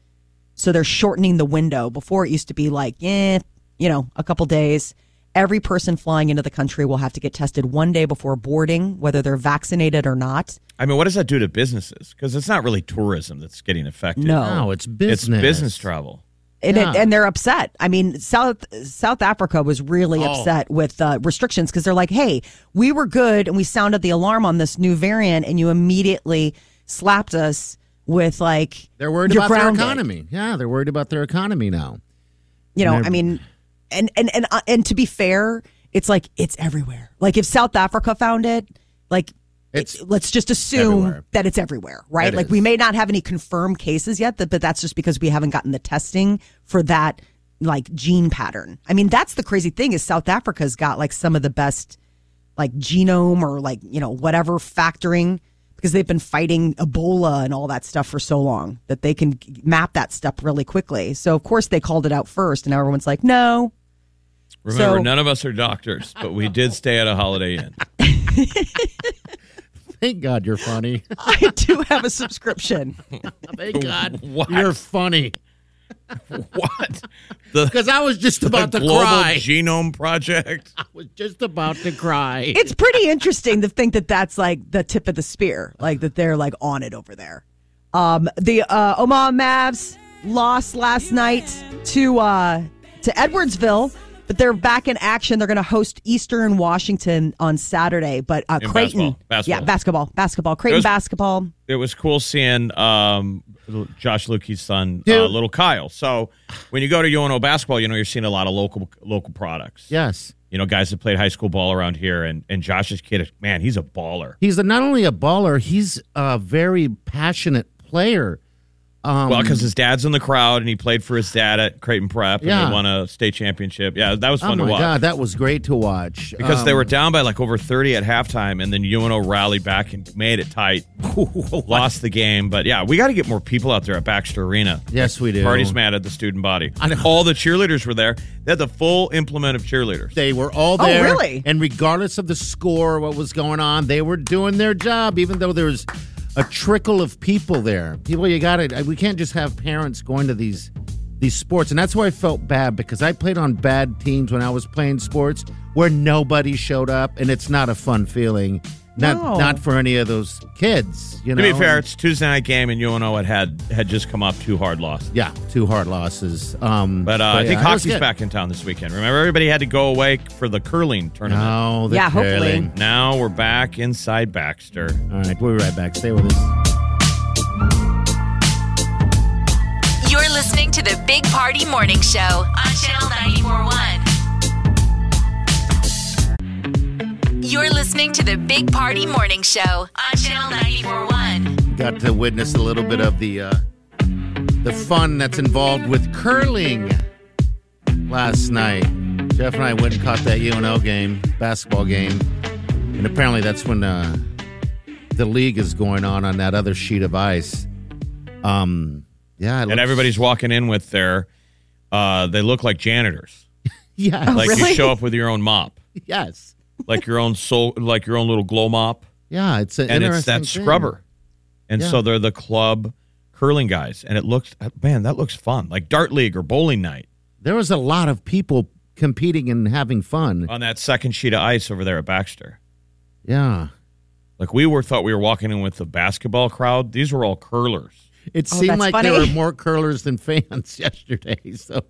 E: So they're shortening the window. Before it used to be like, eh, you know, a couple days. Every person flying into the country will have to get tested one day before boarding, whether they're vaccinated or not.
B: <laughs> I mean, what does that do to businesses? Because it's not really tourism that's getting affected.
E: No.
D: No, it's
B: it's
D: business.
B: business travel.
E: And,
D: Yeah.
E: it, and they're upset. I mean, South South Africa was really
D: Oh.
E: upset with uh, restrictions because they're like, "Hey, we were good, and we sounded the alarm on this new variant, and you immediately slapped us with like
D: They're worried
E: you're
D: about
E: grounded."
D: their economy. Yeah, they're worried about their economy now.
E: you know,
D: And
E: I mean, and and and uh, and to be fair, it's like it's everywhere. Like if South Africa found it, like
D: It's
E: let's just assume
D: everywhere.
E: that it's everywhere, right?
D: It
E: like
D: is.
E: we may not have any confirmed cases yet, but, but that's just because we haven't gotten the testing for that like gene pattern. I mean, that's the crazy thing is South Africa's got like some of the best like genome or like, you know, whatever factoring because they've been fighting Ebola and all that stuff for so long that they can map that stuff really quickly. So of course they called it out first and now everyone's like, "No, <laughs>
B: Remember,
E: So-
B: none of us are doctors, but <laughs> we did stay at a Holiday Inn.
D: Thank God you're
B: <laughs>
D: funny.
B: Oh,
E: I do have a subscription."
D: Thank God
B: What?
D: you're funny. <laughs>
B: What? The,
D: Because I was just
B: the
D: about to
B: Global
D: cry.
B: Genome Project.
D: I was just about to cry.
E: it's pretty interesting to think that that's like the tip of the spear, like that they're like on it over there. Um, the uh, Omaha Mavs lost last night to uh, to Edwardsville, but they're back in action. They're going to host Eastern Washington on Saturday. But uh,
B: In
E: Creighton,
B: basketball. Basketball.
E: yeah, basketball, basketball, Creighton
B: Those-
E: basketball.
B: It was cool seeing um, Josh Lukey's son, uh,
D: Dude.
B: little Kyle. So when you go to UNO basketball, you know you're seeing a lot of local local products.
D: yes.
B: You know, guys that played high school ball around here, and and Josh's kid, is- man, he's a baller.
D: He's a, not only a baller, he's a very passionate player. Um,
B: Well, because his dad's in the crowd, and he played for his dad at Creighton Prep, and
D: Yeah.
B: they won a state championship. Yeah, that was
D: oh
B: fun
D: my
B: to watch.
D: God, that was great to watch.
B: because
D: Um,
B: they were down by like over 30 at halftime and then UNO rallied back and made
D: <laughs>
B: it tight lost the game but yeah we got to get more people out there at Baxter Arena
D: Yes, we do.
B: Party's mad at the student body.
D: I know.
B: All the cheerleaders were there. They had the full implement of cheerleaders.
D: They were all there.
E: Oh, really?
D: And regardless of the score, what was going on, they were doing their job, even though there was a trickle of people there. People, you got to, we can't just have parents going to these these sports. And that's why I felt bad because I played on bad teams when I was playing sports where nobody showed up, and it's not a fun feeling. Not
E: No.
D: not for any of those kids, you
B: to
D: know.
B: be fair,
D: And-
B: it's Tuesday night game, and UNO had had, had just come up two hard losses.
D: yeah, two hard losses. Um,
B: But uh, I
D: yeah,
B: think
D: it was
B: hockey's
D: good.
B: back in town this weekend. Remember, everybody had to go away for the curling tournament.
D: No, they're
E: Yeah, hopefully.
D: failing.
B: Now we're back inside Baxter.
D: All right, we'll be right back. Stay with us.
C: You're listening to the Big Party Morning Show on Channel 941. You're listening to the Big Party Morning Show on Channel 941.
D: got to witness a little bit of the uh, the fun that's involved with curling last night. Jeff and I went and caught that UNO game, basketball game, and apparently that's when uh, the league is going on on that other sheet of ice. Um, yeah, it
B: And
D: looks- <laughs>
B: everybody's walking in with their, uh, they look like janitors.
D: yes,
B: Like you
E: Really?
B: show up with your own mop,
D: yes,
B: like your own soul, like your own little glow mop.
D: yeah. It's an
B: and it's
D: interesting
B: that
D: thing.
B: scrubber. And
D: Yeah.
B: so they're the club curling guys, and it looks man, that looks fun, like dart league or bowling night
D: There was a lot of people competing and having fun.
B: on that second sheet of ice over there at Baxter.
D: Yeah,
B: Like we were thought we were walking in with the basketball crowd. These were all curlers.
D: it
E: Oh,
D: seemed
E: that's
D: like there
E: funny.
D: were more curlers than fans <laughs> yesterday. So.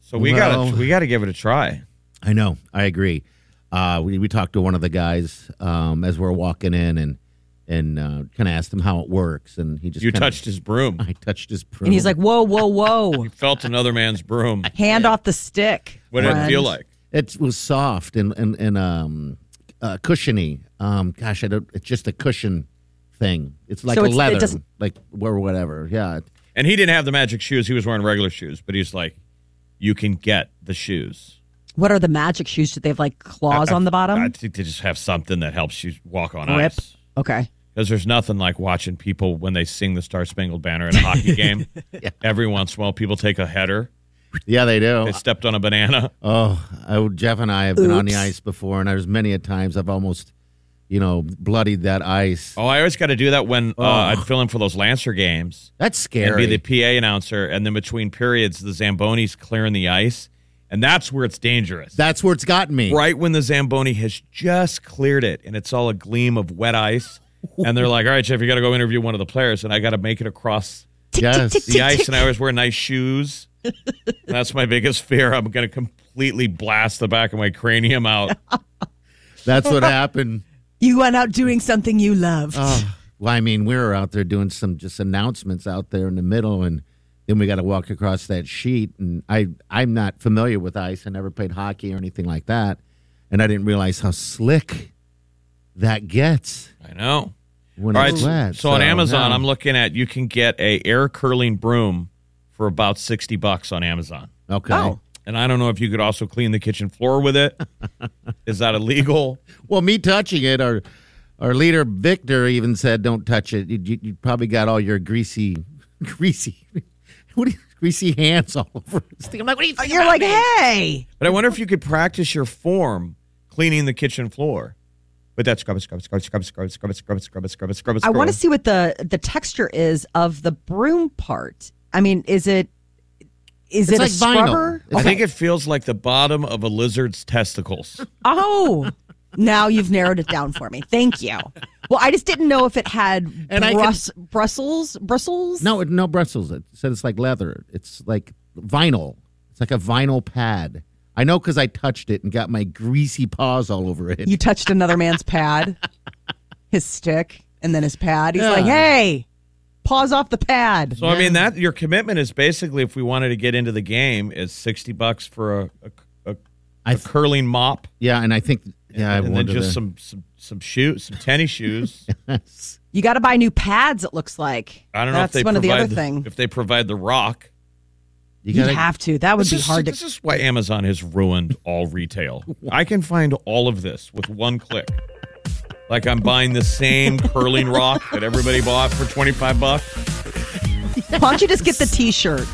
B: So we
D: Well-
B: gotta we gotta give it a try.
D: I know. I agree. Uh, we we talked to one of the guys um, as we are walking in and and uh, kind of asked him how it works, and he just
B: You
D: kinda-
B: touched his broom.
D: <laughs> I touched his broom.
E: And he's like, "Whoa, whoa, whoa.
B: You felt another man's broom.
E: Hand off the stick."
B: What did it
E: friend.
B: feel like?
D: it was soft and and and um, uh, cushiony. Um, gosh, I don't. It's just a cushion thing. It's like
E: So
D: a
E: it's- it
D: leather,
E: doesn't-
D: like or whatever. Yeah.
B: And he didn't have the magic shoes. He was wearing regular shoes, but he's like, you can get the shoes.
E: What are the magic shoes? Do they have like claws on the bottom?
B: I think they just have something that helps you walk on
E: Grip.
B: ice.
E: okay.
B: Because there's nothing like watching people when they sing the Star Spangled Banner in
D: <laughs>
B: a hockey game. Every once in a while, people take a header.
D: Yeah, they do.
B: They stepped on a banana.
D: Oh, I, Jeff and I have been on the
E: Oops.
D: ice before, and there's many a times I've almost, you know, bloodied that ice.
B: Oh, I always got to do that when uh, I'd fill in for those Lancer games
D: That's
B: and
D: Oh. scary.
B: be the PA announcer. And then between periods, the Zamboni's clearing the ice. And that's where it's dangerous.
D: That's where it's gotten me.
B: right when the Zamboni has just cleared it and it's all a gleam of wet ice. And they're like, all right, Jeff, you got to go interview one of the players. And I got to make it across
D: Yes.
B: the ice, and I always wear nice shoes. <laughs> And That's my biggest fear. I'm going to completely blast the back of my cranium out.
D: That's what
B: <laughs>
D: happened.
E: You went out doing something you loved.
B: Ah.
D: Oh, well, I mean, we were out there doing some just announcements out there in the middle, and Then we got to walk across that sheet, and I I'm not familiar with ice. I never played hockey or anything like that, and I didn't realize how slick that gets
B: I know.
D: when
B: All right,
D: it's wet.
B: so, on Amazon,
D: now-
B: I'm looking at you can get a air curling broom for about sixty bucks on Amazon.
D: okay.
E: Oh.
B: And I don't know if you could also clean the kitchen floor with
D: <laughs>
B: it. Is that illegal?
D: Well, me touching it, our our leader Victor even said, "Don't touch it. You, you, you probably got all your greasy, <laughs> greasy, what do you, greasy hands all over." This thing. <laughs> I'm like, "What do you think?"
E: You're like, hey,
B: But I wonder if you could practice your form cleaning the kitchen floor. But that's scrub it, scrub it, scrub it, scrub it, scrub it, scrub it, scrub it, scrub it, scrub it, scrub it.
E: I
B: scrub
E: want
B: it.
E: to see what the the texture is of the broom part. I mean, is it is
D: It's
E: it
D: like
E: a
D: vinyl.
E: scrubber?
B: I think it feels like the bottom of a lizard's testicles.
E: Oh, now you've narrowed it down for me. Thank you. Well, I just didn't know if it had
D: And I
E: brus- Brussels, Brussels.
D: No, it, no Brussels. It said it's like leather. It's like vinyl. It's like a vinyl pad. I know because I touched it and got my greasy paws all over it.
E: you touched another man's pad, his stick, and then his pad. He's
D: Yeah.
E: like, hey, paws off the pad.
B: So I mean that your commitment is basically if we wanted to get into the game is sixty bucks for a a, a,
D: I
B: a
D: th-
B: curling mop
D: yeah, and I think yeah, I
B: and then
D: wonder
B: just
D: the-
B: some some some shoes some tennis shoes.
E: You got to buy new pads. It looks like
B: I don't know if
E: that's
B: they
E: one of
B: provide
E: the other thing.
B: if they provide the rock.
D: You
E: You would
D: gotta,
E: have to. That would
B: This
E: be
B: is-
E: hard
B: This
E: to.
B: is why Amazon has ruined all retail. I can find all of this with one click. Like I'm buying the same curling rock that everybody bought for 25 bucks.
E: Why don't you just get the T-shirt,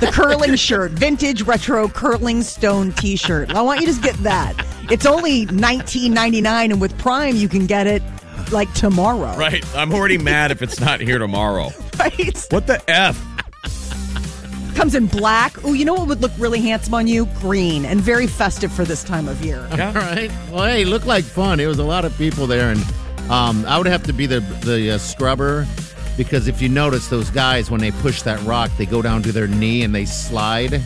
E: the curling shirt, vintage retro curling stone T-shirt? I want you to just get that. It's only nineteen ninety nine, and with Prime you can get it like tomorrow.
B: Right. I'm already mad if it's not here tomorrow.
E: <laughs> Right?
B: What the F?
E: Comes in black. Ooh, you know what would look really handsome on you? Green and very festive for this time of year.
D: All right. Well, hey, looked like fun. It was a lot of people there, and um, I would have to be the the uh, scrubber because if you notice, those guys when they push that rock, they go down to their knee and they slide.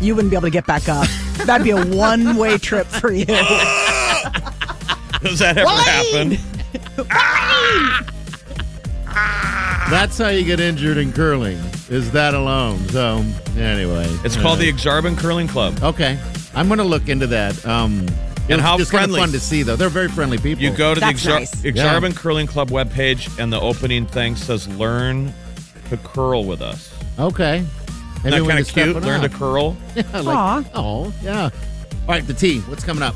E: You wouldn't be able to get back up. That'd be a one way trip for you.
B: Does that ever happen?
D: That's how you get injured in curling. Is that alone? So anyway, Uh,
B: It's called the Exarban Curling Club.
D: Okay, I'm gonna look into that. Um,
B: And how
D: it's kind of
B: friendly.
D: fun to see though. They're very friendly people.
B: You go to
E: That's
B: the Exar-
E: nice.
B: Exarban Curling Club webpage, and the opening thing says "Learn to curl with us."
D: Okay.
B: Isn't that
D: we
B: kind
D: can
B: of
D: step
B: cute?
D: it
B: Learn to
D: up. <laughs>
B: curl.
D: Yeah, like, oh yeah. All right, the tea. What's coming up?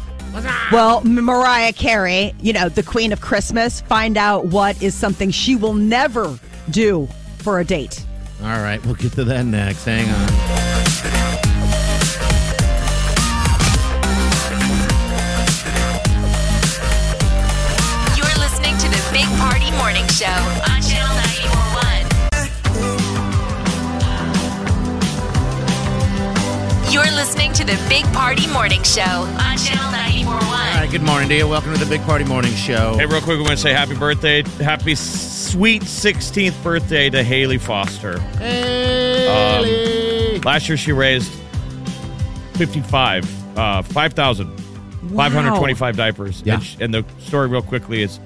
E: Well, M- Mariah Carey, you know, the queen of Christmas, find out what is something she will never do for a date.
D: All right, we'll get to that next. Hang on.
C: You're listening to the Big Party Morning Show on Channel 941. You're listening to the Big Party Morning Show on Channel 941.
D: All right, good morning to you. Welcome to the Big Party Morning Show.
B: Hey, real quick, we want to say happy birthday, happy sweet 16th birthday to Haley Foster.
D: Haley.
B: Last year, she raised 55, uh, 5,000, 525 diapers.
D: Yeah.
B: And, sh- and the story, real quickly, is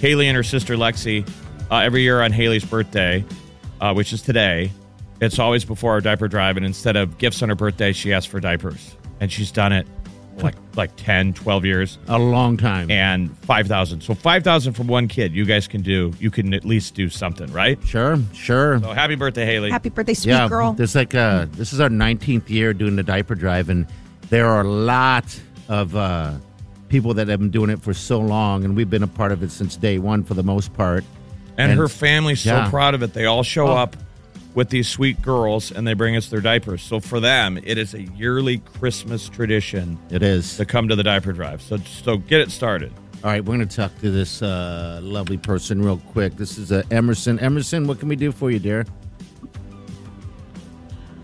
B: Haley and her sister Lexi, uh, every year on Haley's birthday, uh, which is today, it's always before our diaper drive. And instead of gifts on her birthday, she asks for diapers. And she's done it like like 10, 12 years
D: a long time.
B: and 5,000. So 5,000 from one kid. You guys can do, you can at least do something, right?
D: Sure, sure.
B: So happy birthday, Haley.
E: Happy birthday, sweet
D: yeah,
E: girl.
D: There's like uh this is our 19th year doing the diaper drive, and there are a lot of uh, people that have been doing it for so long, and we've been a part of it since day one for the most part.
B: and,
D: and-
B: her family's
D: yeah.
B: so proud of it. They all show up with these sweet girls and they bring us their diapers. So for them, it is a yearly Christmas tradition
D: It is.
B: to come to the diaper drive. So, so get it started.
D: All right, we're going to talk to this uh, lovely person real quick. This is uh, Emerson. Emerson, what can we do for you, dear?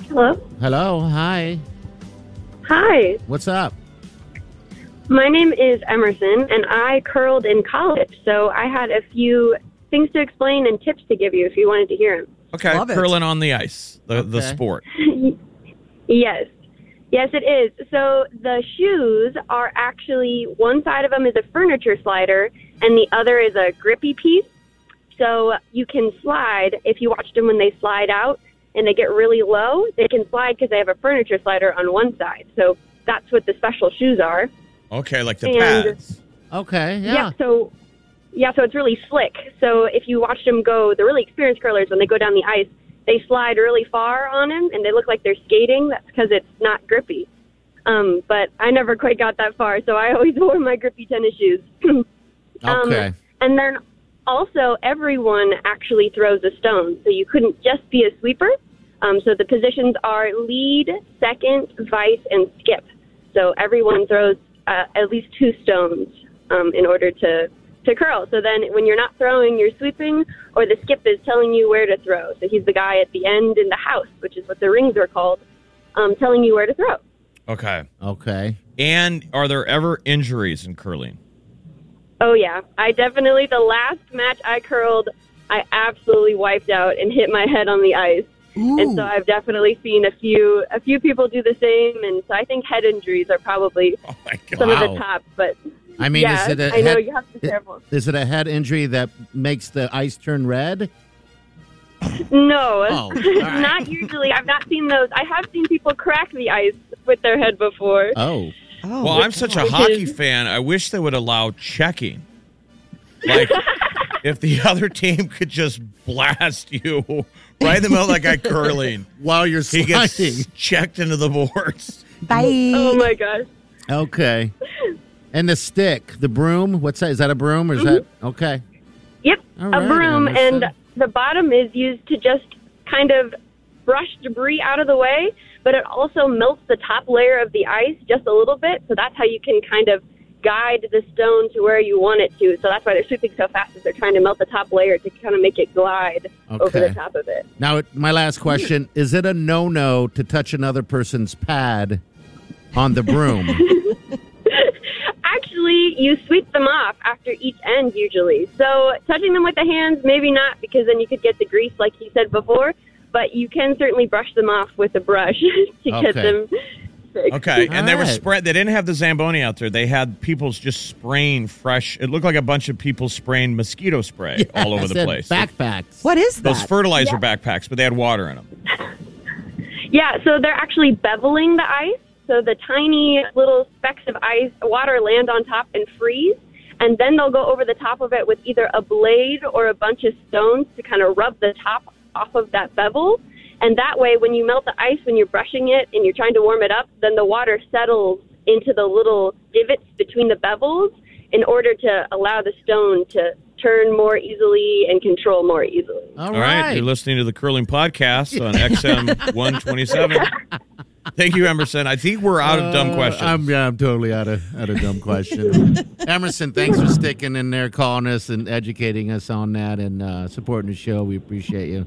I: Hello.
D: Hello, hi.
I: Hi.
D: What's up?
I: My name is Emerson, and I curled in college. So I had a few things to explain and tips to give you if you wanted to hear them.
B: Okay.
E: Love it.
B: curling on the ice, the, the
D: Okay.
B: sport.
I: Yes. Yes, it is. So the shoes are actually one side of them is a furniture slider, and the other is a grippy piece. So you can slide. If you watched them when they slide out, and they get really low, they can slide because they have a furniture slider on one side. So that's what the special shoes are.
B: Okay, like the
I: And-
B: pads.
D: Okay, yeah.
I: So, yeah, so it's really slick. So if you watch them go, the really experienced curlers when they go down the ice, they slide really far on them, and they look like they're skating. That's because it's not grippy. Um, but I never quite got that far, so I <laughs> always wore my grippy tennis shoes. Um,
D: Okay.
I: and then also, everyone actually throws a stone, so you couldn't just be a sweeper. Um, so the positions are lead, second, vice, and skip. So everyone throws uh, at least two stones um, in order to to curl. So then, when you're not throwing, you're sweeping, or the skip is telling you where to throw. So he's the guy at the end in the house, which is what the rings are called, um, telling you where to throw.
B: Okay.
D: Okay.
B: And are there ever injuries in curling? <laughs>
I: Oh yeah, I definitely the last match I curled, I absolutely wiped out and hit my head on the ice. And so I've definitely seen a few a few people do the same, and so I think head injuries are probably
B: Oh
I: some of
D: Wow.
I: the top. But
D: I mean,
I: yeah,
D: is it a
I: I know
D: head-
I: you have to be
D: it-
I: careful.
D: Is it a head injury that makes the ice turn red?
I: No, <laughs>
D: Oh, all right.
I: not usually. I've not seen those. I have seen people crack the ice with their head before.
D: Oh.
E: Oh,
B: <laughs> Well, I'm such a
I: Which
B: hockey
I: is-
B: fan. I wish they would allow checking.
I: <laughs>
B: Like, if the other team could just blast you <laughs> right in the middle of that guy curling,
D: While you're
B: he gets
D: sliding. <laughs>
B: checked into the boards.
I: Oh my gosh.
D: Okay. And the stick, the broom, what's that? Is that a broom or is
I: Mm-hmm.
D: that okay?
I: Yep,
D: All
I: a
D: right,
I: broom, and
D: understood.
I: the bottom is used to just kind of brush debris out of the way, but it also melts the top layer of the ice just a little bit. So that's how you can kind of guide the stone to where you want it to. So that's why they're sweeping so fast, is they're trying to melt the top layer to kind of make it glide over
D: Okay.
I: the top of it.
D: Now, it- my last question
I: Mm-hmm.
D: is: It a no-no to touch another person's pad on the broom?
I: Actually, you sweep them off after each end usually. So touching them with the hands, maybe not, because then you could get the grease, like you said before. But you can certainly brush them off with a brush <laughs> to get
D: Okay.
I: them. Fixed.
B: Okay, and they were
D: Alright.
B: spread. They didn't have the Zamboni out there. They had people just spraying fresh. It looked like a bunch of people spraying
I: <laughs>
B: mosquito spray <laughs> all over the
D: Yes,
B: place.
D: Backpacks.
E: what is that?
B: Those fertilizer backpacks, but they had water in them.
I: Yeah, so they're actually beveling the ice. So the tiny little specks of ice, water land on top and freeze. And then they'll go over the top of it with either a blade or a bunch of stones to kind of rub the top off of that bevel. And that way, when you melt the ice, when you're brushing it and you're trying to warm it up, then the water settles into the little divots between the bevels in order to allow the stone to turn more easily and control more easily.
D: All
B: All right,
D: right.
B: you're listening to the Curling Podcast <laughs> on XM 127. Thank you, Emerson. I think we're out of dumb
D: Uh,
B: questions.
D: I'm yeah, I'm totally out of out of dumb
B: <laughs>
D: questions. Emerson, thanks for sticking in there, calling us and educating us on that, and uh, supporting the show. We appreciate you.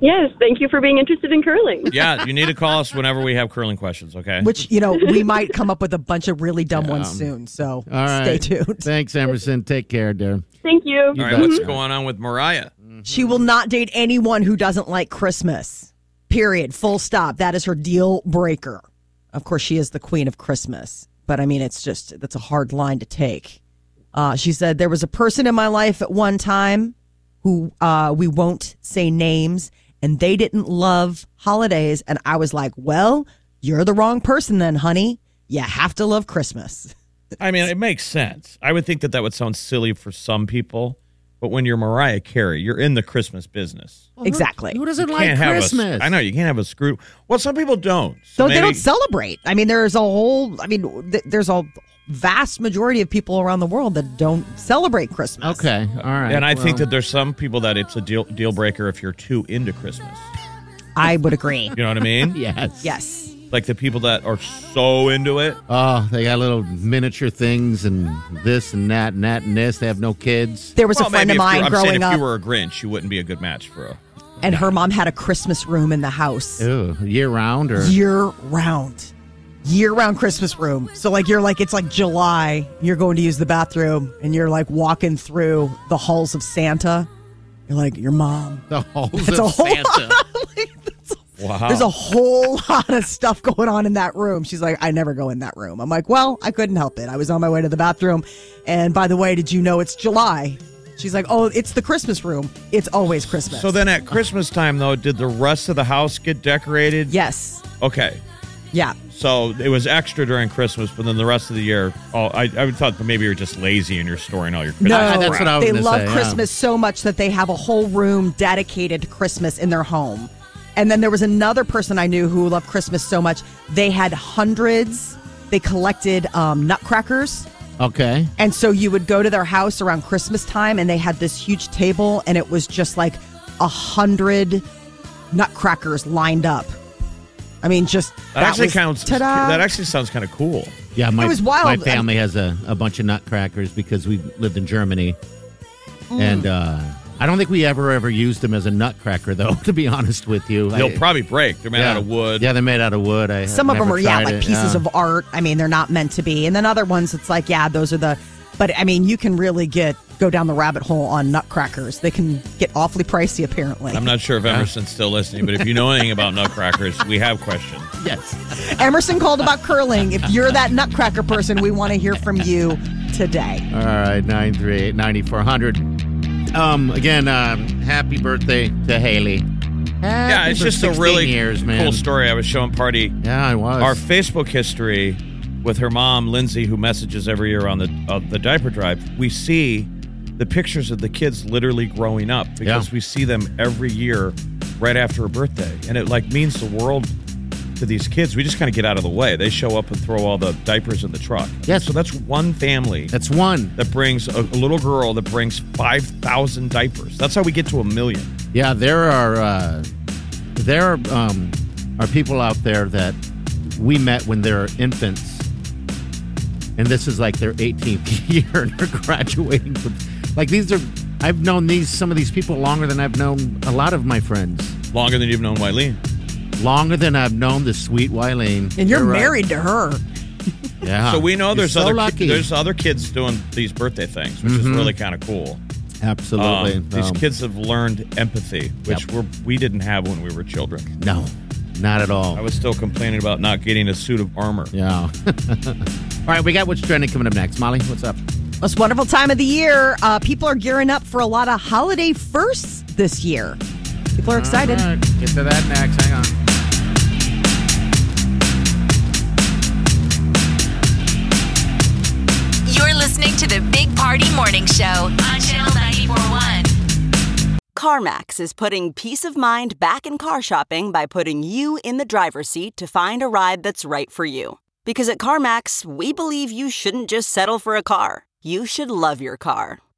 I: Yes, thank you for being interested in curling.
B: yeah, you need to call us whenever we have curling questions, okay?
E: Which, you know, we might come up with a bunch of really dumb ones soon. So
D: All right,
E: stay tuned.
D: Thanks, Emerson. Take care, dear.
I: Thank you.
B: All right, what's going on with Mariah?
E: She will not date anyone who doesn't like Christmas. Period. Full stop. That is her deal breaker. Of course, she is the queen of Christmas, but I mean, it's just, that's a hard line to take. Uh, she said, There was a person in my life at one time who uh, we won't say names, and they didn't love holidays. And I was like, Well, you're the wrong person then, honey. You have to love Christmas.
B: I mean, it makes sense. I would think that that would sound silly for some people, but when you're Mariah Carey, you're in the Christmas business.
E: exactly.
D: Who doesn't
B: You
D: like
B: can't have a-
D: Christmas?
B: I know you can't have a screw. Well, some people don't.
E: So
B: So
E: they don't
B: maybe-
E: celebrate. I mean, there's a whole. I mean, th- there's a vast majority of people around the world that don't celebrate Christmas.
D: Okay. All right.
B: And I think
D: well,
B: that there's some people that it's a deal deal breaker if you're too into Christmas.
E: I would agree.
B: You know what I mean?
D: yes.
E: Yes,
B: Like the people that are so into it.
D: Oh, they got little miniature things and this and that and that and this. They have no kids.
E: there was a
B: Well,
E: friend
B: maybe
E: of
B: if you're-
E: mine
B: I'm saying
E: growing
B: if
E: up,
B: you were a Grinch, you wouldn't be a good match for a.
E: and her mom had a Christmas room in the house
D: Ew, year round or
E: year round, year round Christmas room. So like you're like it's like July. You're going to use the bathroom, and you're like walking through the halls of Santa. You're like your mom.
D: the
E: <laughs>
D: halls
E: That's a
D: of
E: whole
D: Santa.
B: Wow.
E: There's a whole lot of stuff going on in that room. She's like, I never go in that room. I'm like, well, I couldn't help it. I was on my way to the bathroom. And by the way, did you know it's July? She's like, oh, it's the Christmas room. It's always Christmas.
B: So then at Christmas time, though, did the rest of the house get decorated?
E: yes.
B: Okay.
E: Yeah.
B: So it was extra during Christmas, but then the rest of the year, oh, I, I thought that maybe you were just lazy and you're storing all your Christmas.
E: No,
B: crap.
D: that's what I was
E: Oh, they
D: gonna
E: love
D: say, yeah.
E: Christmas so much that they have a whole room dedicated to Christmas in their home. And then there was another person I knew who loved Christmas so much. They had hundreds. They collected um, nutcrackers.
D: Okay.
E: And so you would go to their house around Christmas time, and they had this huge table, and it was just like a hundred nutcrackers lined up. I mean, just
B: That, actually
E: was-
B: counts.
E: Ta-da.
B: That actually sounds kind of cool.
D: Yeah, my,
E: was wild.
D: my family has a, a bunch of nutcrackers because we lived in Germany. And
E: Mm.
D: uh, I don't think we ever, ever used them as a nutcracker, <laughs> though, to be honest with you.
B: They'll
D: I-
B: probably break. They're made out of wood.
D: Yeah, they're made out of wood. I
E: Some of them
D: never
E: are, yeah,
D: tried
E: like
D: it,
E: pieces
D: yeah.
E: of art. I mean, they're not meant to be. And then other ones, it's like, yeah, those are the. But I mean, you can really get go down the rabbit hole on nutcrackers. They can get awfully pricey, apparently.
B: I'm not sure if Emerson's still listening, but if you know anything about nutcrackers, we have questions.
D: Yes.
E: Emerson called about curling. If you're that nutcracker person, we want to hear from you today.
D: All right, 938 9400. Um, again, um, happy birthday to Haley.
B: yeah, it's just a really
D: years, man.
B: cool story. I was showing party
D: Yeah, I was.
B: our Facebook history with her mom, Lindsay, who messages every year on the uh, the diaper drive. We see the pictures of the kids literally growing up because
D: Yeah.
B: we see them every year right after her birthday, and it like means the world to these kids. We just kind of get out of the way. They show up and throw all the diapers in the truck.
D: Yes.
B: so that's one family.
D: That's one.
B: that brings a, a little girl that brings 5,000 diapers. That's how we get to a million.
D: Yeah, there are uh, there are, um, are people out there that we met when they're infants, and this is like their 18th <laughs> year, and they're graduating from. Like these are, I've known these some of these people longer than I've known a lot of my friends,
B: Longer than you've known Wileen.
D: longer than I've known the sweet Wileen.
E: And you're,
D: right.
E: married to her.
D: Yeah.
B: So we know
D: You're
B: there's
D: so
B: other ki-
D: lucky.
B: there's um, other kids doing these birthday things, which is really kind of cool. Um,
D: absolutely
B: these
D: Um,
B: kids have learned empathy, which
D: Yep.
B: we're, we didn't have when we were children.
D: No, not at all.
B: I was still complaining about not getting a suit of armor.
D: yeah. <laughs> all right, we got what's trending coming up next. Molly, what's up?
E: Most wonderful time of the year. Uh, people are gearing up for a lot of holiday firsts this year. People are excited.
D: All right, get to that next. Hang on.
C: You're listening to the Big Party Morning Show on Channel 941.
J: CarMax is putting peace of mind back in car shopping by putting you in the driver's seat to find a ride that's right for you. Because at CarMax, we believe you shouldn't just settle for a car, you should love your car.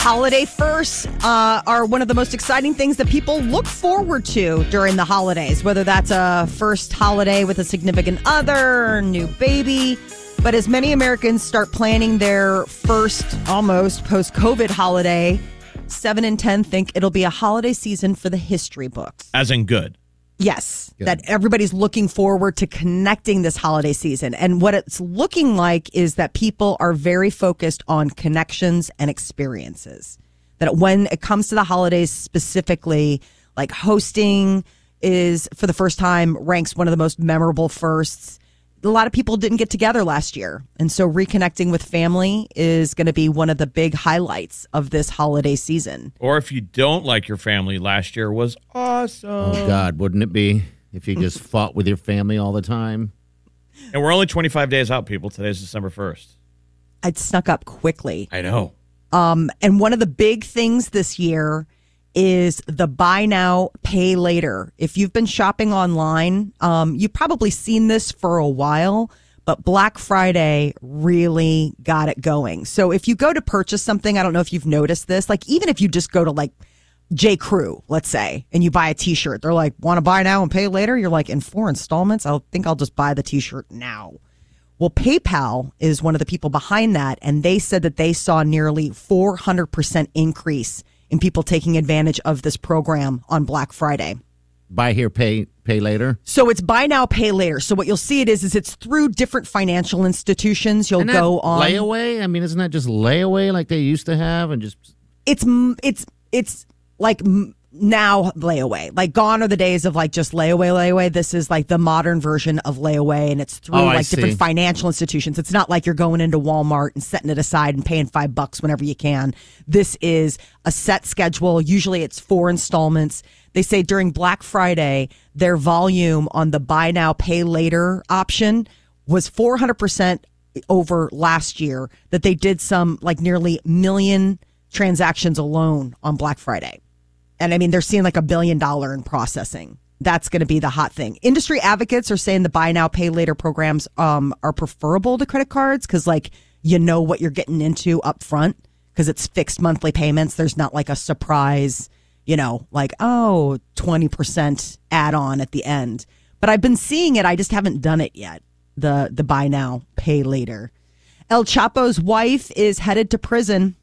E: Holiday firsts uh, are one of the most exciting things that people look forward to during the holidays, whether that's a first holiday with a significant other, new baby. But as many Americans start planning their first almost post COVID holiday, seven in 10 think it'll be a holiday season for the history books.
B: As in good.
E: Yes, that everybody's looking forward to connecting this holiday season. And what it's looking like is that people are very focused on connections and experiences. That when it comes to the holidays specifically, like hosting is for the first time ranks one of the most memorable firsts. A lot of people didn't get together last year. And so reconnecting with family is going to be one of the big highlights of this holiday season.
B: Or if you don't like your family, last year was awesome.
D: Oh God, wouldn't it be if you
E: <laughs>
D: just fought with your family all the time?
B: And we're only 25 days out, people. Today's December 1st.
E: I'd snuck up quickly.
B: I know.
E: And one of the big things this year is the buy now, pay later. If you've been shopping online, um, you've probably seen this for a while, but Black Friday really got it going. So if you go to purchase something, I don't know if you've noticed this, like even if you just go to like J. Crew, let's say, and you buy a t shirt, they're like, want to buy now and pay later? You're like, in four installments, I think I'll just buy the t shirt now. Well, PayPal is one of the people behind that, and they said that they saw nearly 400% increase in people taking advantage of this program on Black Friday.
D: Buy here, pay pay later.
E: So it's buy now, pay later. So what you'll see it is, is it's through different financial institutions. You'll
D: Isn't that
E: go on
D: layaway. I mean, isn't that just layaway like they used to have and just
E: it's m- it's it's like m- now layaway. Like gone are the days of like just layaway, layaway. This is like the modern version of layaway, and it's through
D: Oh, I
E: like
D: see.
E: different financial institutions. It's not like you're going into Walmart and setting it aside and paying five bucks whenever you can. This is a set schedule. Usually, it's four installments. They say during Black Friday, their volume on the buy now, pay later option was 400% over last year that they did some like nearly million transactions alone on Black Friday. And I mean, they're seeing like a billion dollar in processing. That's going to be the hot thing. Industry advocates are saying the buy now, pay later programs um, are preferable to credit cards because, like, you know what you're getting into up front because it's fixed monthly payments. There's not like a surprise, you know, like, oh, 20% add on at the end. But I've been seeing it. I just haven't done it yet. The, the buy now, pay later. El Chapo's wife is headed to prison.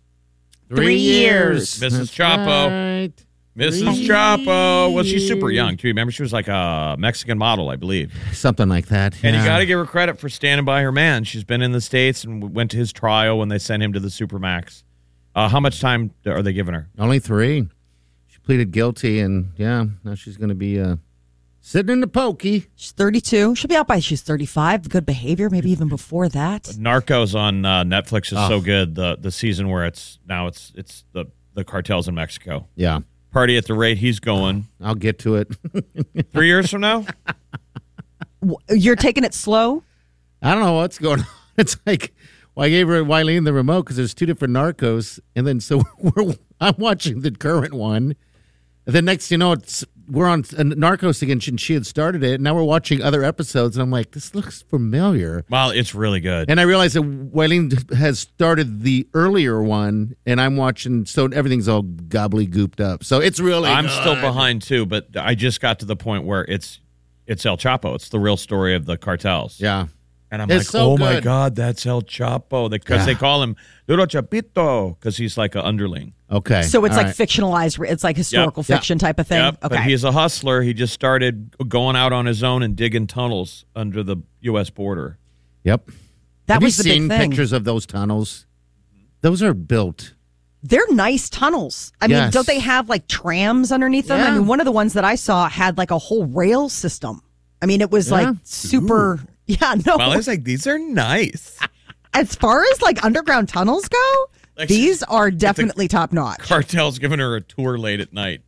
E: Three years.
B: Mrs. Chapo. Mrs. Chapo. Well, she's super young, too. Remember, she was like a Mexican model, I believe.
D: something like that?
B: And you
D: yeah.
B: got to give her credit for standing by her man. She's been in the States and went to his trial when they sent him to the Supermax. Uh, how much time are they giving her?
D: Only three. She pleaded guilty, and yeah, now she's going to be uh, sitting in the pokey.
E: She's 32. She'll be out by she's 35. Good behavior, maybe even before that.
B: Narcos on uh, Netflix is
D: Oh.
B: so good. The the season where it's now it's it's the the cartels in Mexico.
D: Yeah,
B: Party at the rate he's going.
D: I'll get to it. <laughs>
B: Three years from now?
E: W- You're taking it slow?
D: I don't know what's going <laughs> on. It's like, well, I gave her Wileen the remote because there's two different narcos, and then so <laughs> we're I'm watching the current one. And then next, you know, it's we're on uh, Narcos again, and she had started it. And now we're watching other episodes, and I'm like, this looks familiar.
B: Well, it's really good.
D: And I realized that Wileen has started the earlier one, and I'm watching, so everything's all gobbly gooped up. So it's really.
B: I'm
D: good.
B: still behind too, but I just got to the point where it's it's El Chapo. It's the real story of the cartels.
D: Yeah.
B: And I'm
D: It's
B: like,
D: so
B: oh my
D: good.
B: God, that's El Chapo. Because
D: Yeah.
B: they call him Duro Chapito because he's like an underling.
D: Okay.
E: So it's
D: all
E: like
D: right.
E: fictionalized, re- it's like historical
B: Yep.
E: fiction type of thing.
B: Yep,
E: okay.
B: But he's a hustler. He just started going out on his own and digging tunnels under the U.S. border.
D: Yep.
E: That
D: Have
E: was
D: you
E: the big
D: seen
E: thing.
D: pictures of those tunnels? Those are built.
E: They're nice tunnels. I mean,
D: Yes.
E: don't they have like trams underneath them? I
D: Yeah.
E: mean, one of the ones that I saw had like a whole rail system. I mean, it was
D: Yeah.
E: like super. <laughs> Yeah, no.
B: Well, it's like these are nice.
E: as far as like underground tunnels go,
B: Like,
E: these are definitely top notch.
B: <laughs> Cartel's giving her a tour late at night.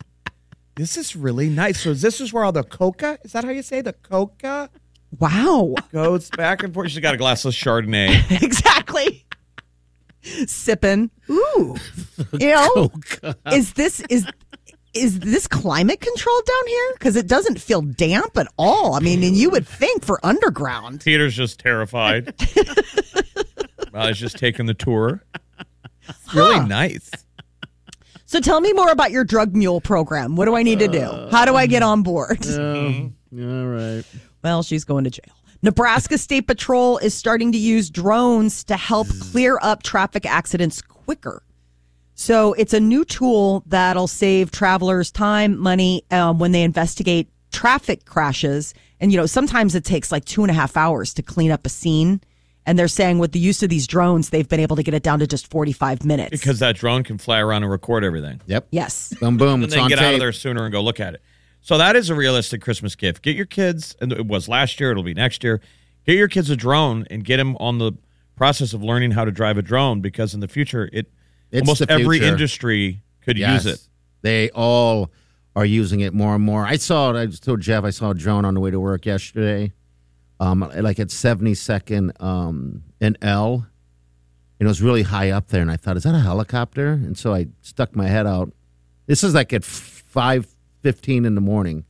B: This is really nice. So this is where all the coca is that how you say the coca
E: Wow.
B: goes back and forth. She's got a glass of Chardonnay.
E: exactly. Sipping. Ooh. You know, is this is is this climate controlled down here? Because it doesn't feel damp at all. I mean, and you would think for underground.
B: Peter's just <laughs> terrified. well, he's just taking the tour. It's really nice.
E: So tell me more about your drug mule program. What do I need to do? How do I get on board?
D: Mm-hmm. All right.
E: Well, she's going to jail. Nebraska State Patrol is starting to use drones to help clear up traffic accidents quicker. So it's a new tool that'll save travelers time, money um, when they investigate traffic crashes. And, you know, sometimes it takes like two and a half hours to clean up a scene. And they're saying with the use of these drones, they've been able to get it down to just 45 minutes.
B: Because that drone can fly around and record everything.
D: Yep.
E: yes.
D: Boom, boom.
B: and
D: It's
B: then
D: on
B: get
D: tape.
B: out of there sooner and go look at it. So that is a realistic Christmas gift. Get your kids, and it was last year, it'll be next year. Get your kids a drone and get them on the process of learning how to drive a drone because in the future, it
D: It's
B: almost
D: the
B: every
D: future.
B: industry could
D: Yes.
B: use it.
D: They all are using it more and more. I saw it. I just told Jeff I saw a drone on the way to work yesterday, um, like at 72nd um, and L. And it was really high up there. And I thought, is that a helicopter? And so I stuck my head out This is like at five fifteen in the morning.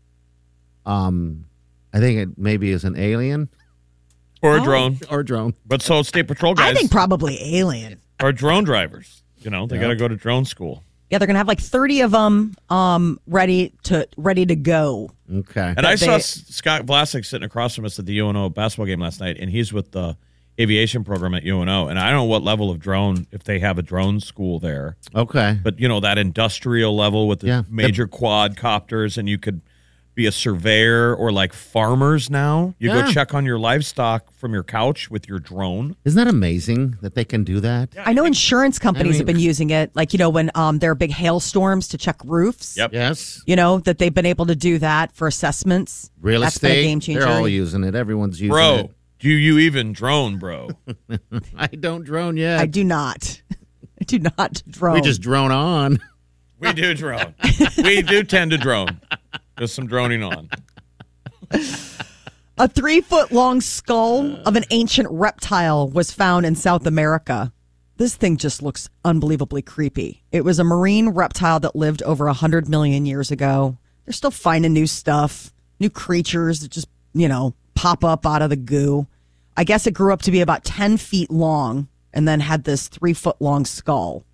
D: Um, I think it maybe is an alien <laughs>
B: Or a drone.
D: or a drone.
B: But so state patrol guys
E: I think probably alien.
B: are drone drivers. You know, they
D: Yeah.
B: got to go to drone school.
E: Yeah, they're gonna have like thirty of them um, ready to ready to go.
D: Okay.
B: And I
E: But
B: saw
E: they-
B: S- Scott Vlasic sitting across from us at the UNO basketball game last night, and he's with the aviation program at UNO. And I don't know what level of drone, if they have a drone school there,
D: Okay.
B: but you know, that industrial level with the
D: Yeah.
B: major quadcopters, and you could be a surveyor or like farmers now. You
D: Yeah.
B: go check on your livestock from your couch with your drone.
D: Isn't that amazing that they can do that?
E: I know insurance companies
D: mean-
E: have been using it, like you know when um, there are big hailstorms to check roofs.
B: Yep.
D: Yes.
E: You know that they've been able to do that for assessments.
D: Real
E: That's been a
D: estate.
E: game changer.
D: They're all using it. Everyone's using
B: Bro,
D: it. <laughs>
B: do you even drone, bro?
D: I don't drone yet.
E: I do not. <laughs> I do not drone.
D: We just drone on. <laughs>
B: we do drone. we do tend to drone. There's some droning on.
E: A three foot long skull of an ancient reptile was found in South America. This thing just looks unbelievably creepy. It was a marine reptile that lived over 100 million years ago. They're still finding new stuff, new creatures that just, you know, pop up out of the goo. I guess it grew up to be about 10 feet long and then had this three foot long skull.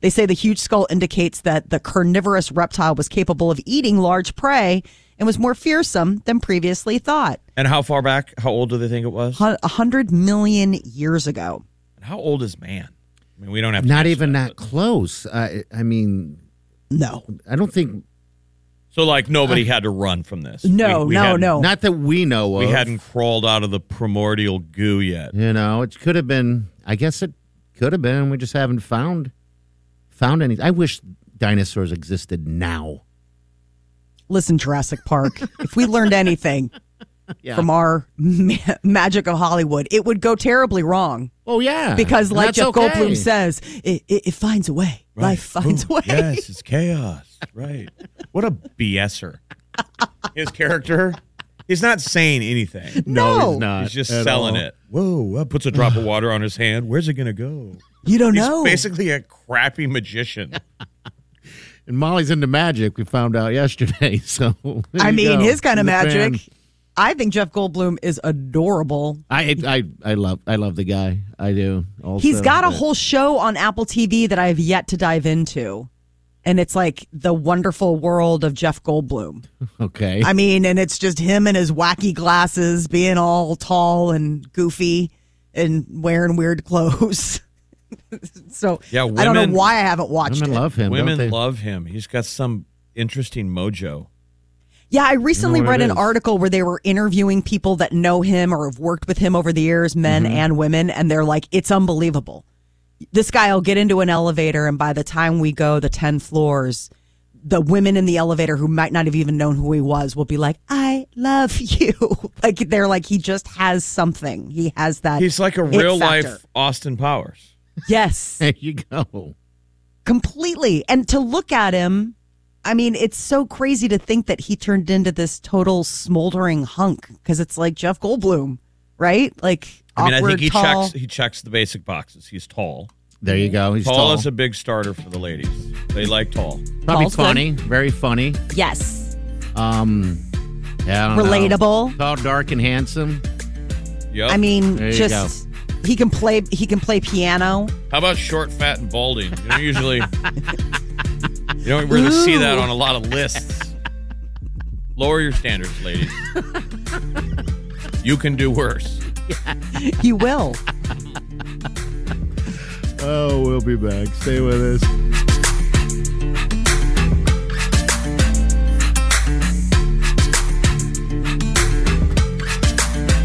E: They say the huge skull indicates that the carnivorous reptile was capable of eating large prey and was more fearsome than previously thought.
B: And how far back? How old do they think it was?
E: Hun- A hundred million years ago.
B: And How old is man? I mean, we don't have to
D: Not
B: guess
D: even
B: that,
D: that close. I I mean,
E: No,
D: I don't think
B: but- So like nobody
D: Uh,
B: had to run from this.
E: no,
B: We- we
E: no,
B: hadn't-
E: no.
D: not that we know of.
B: We hadn't crawled out of the primordial goo yet.
D: You know, it could have been. I guess it could have been. We just haven't found found any. I wish dinosaurs existed now.
E: Listen, Jurassic Park. if we learned anything
D: <laughs> Yeah.
E: from our ma- magic of Hollywood, it would go terribly wrong
D: Oh yeah,
E: because,
D: And
E: like
D: that's
E: Jeff
D: okay.
E: Goldblum says, it, it, it finds a way. Life finds a way. <laughs>
B: Yes, it's chaos. Right. What a BSer. His character, he's not saying anything.
D: no,
E: No.
D: he's not.
B: He's just
D: at
B: selling
D: all.
B: it. Whoa, that puts a drop of water on his hand. Where's it going
D: <sighs>
B: to go?
E: You don't
B: He's
E: know.
B: basically a crappy magician.
D: And Molly's into magic. We found out yesterday. <laughs> So there
E: I
D: you
E: mean,
D: go.
E: his kind of
D: She's a fan.
E: magic. I think Jeff Goldblum is adorable.
D: I I I love I love the guy. I do. Also,
E: He's got a
D: but-
E: whole show on Apple TV that I have yet to dive into. And it's like the wonderful world of Jeff Goldblum. <laughs>
D: Okay.
E: I mean, and it's just him and his wacky glasses being all tall and goofy and wearing weird <laughs> clothes. so
B: Yeah,
E: I don't
B: women-
E: know why I haven't watched
D: Women
E: it.
D: love him. don't they?
B: Women love him. He's got some interesting mojo.
E: Yeah, I recently
D: what
E: read
D: it
E: an
D: is.
E: article where they were interviewing people that know him or have worked with him over the years, men
B: Mm-hmm.
E: and women, and they're like, it's unbelievable. This guy will get into an elevator, and by the time we go the 10 floors, the women in the elevator who might not have even known who he was will be like, I love <laughs> you. like, they're like, he just has something. He has that.
B: He's like a
E: it
B: real life
E: factor.
B: Austin Powers.
E: Yes.
D: There you go.
E: completely. And to look at him, I mean, it's so crazy to think that he turned into this total smoldering hunk because it's like Jeff Goldblum, right? Like
B: I mean,
E: awkward,
B: I think he
E: tall.
B: checks he checks the basic boxes. He's tall.
D: There you go. He's
B: tall,
D: tall.
B: is a big starter for the ladies. They like tall.
D: Probably
E: tall's good.
D: funny. Very funny.
E: yes,
D: Um, yeah,
B: Oh,
D: I don't know.
E: relatable.
D: Tall, dark, and handsome.
B: Yep.
E: I mean,
D: There you
E: just he can play. He can play piano.
B: how about short, fat, and balding? You don't usually you don't really see that on a lot of lists. Lower your standards, ladies. you can do worse.
E: He will.
D: Oh, we'll be back. Stay with us.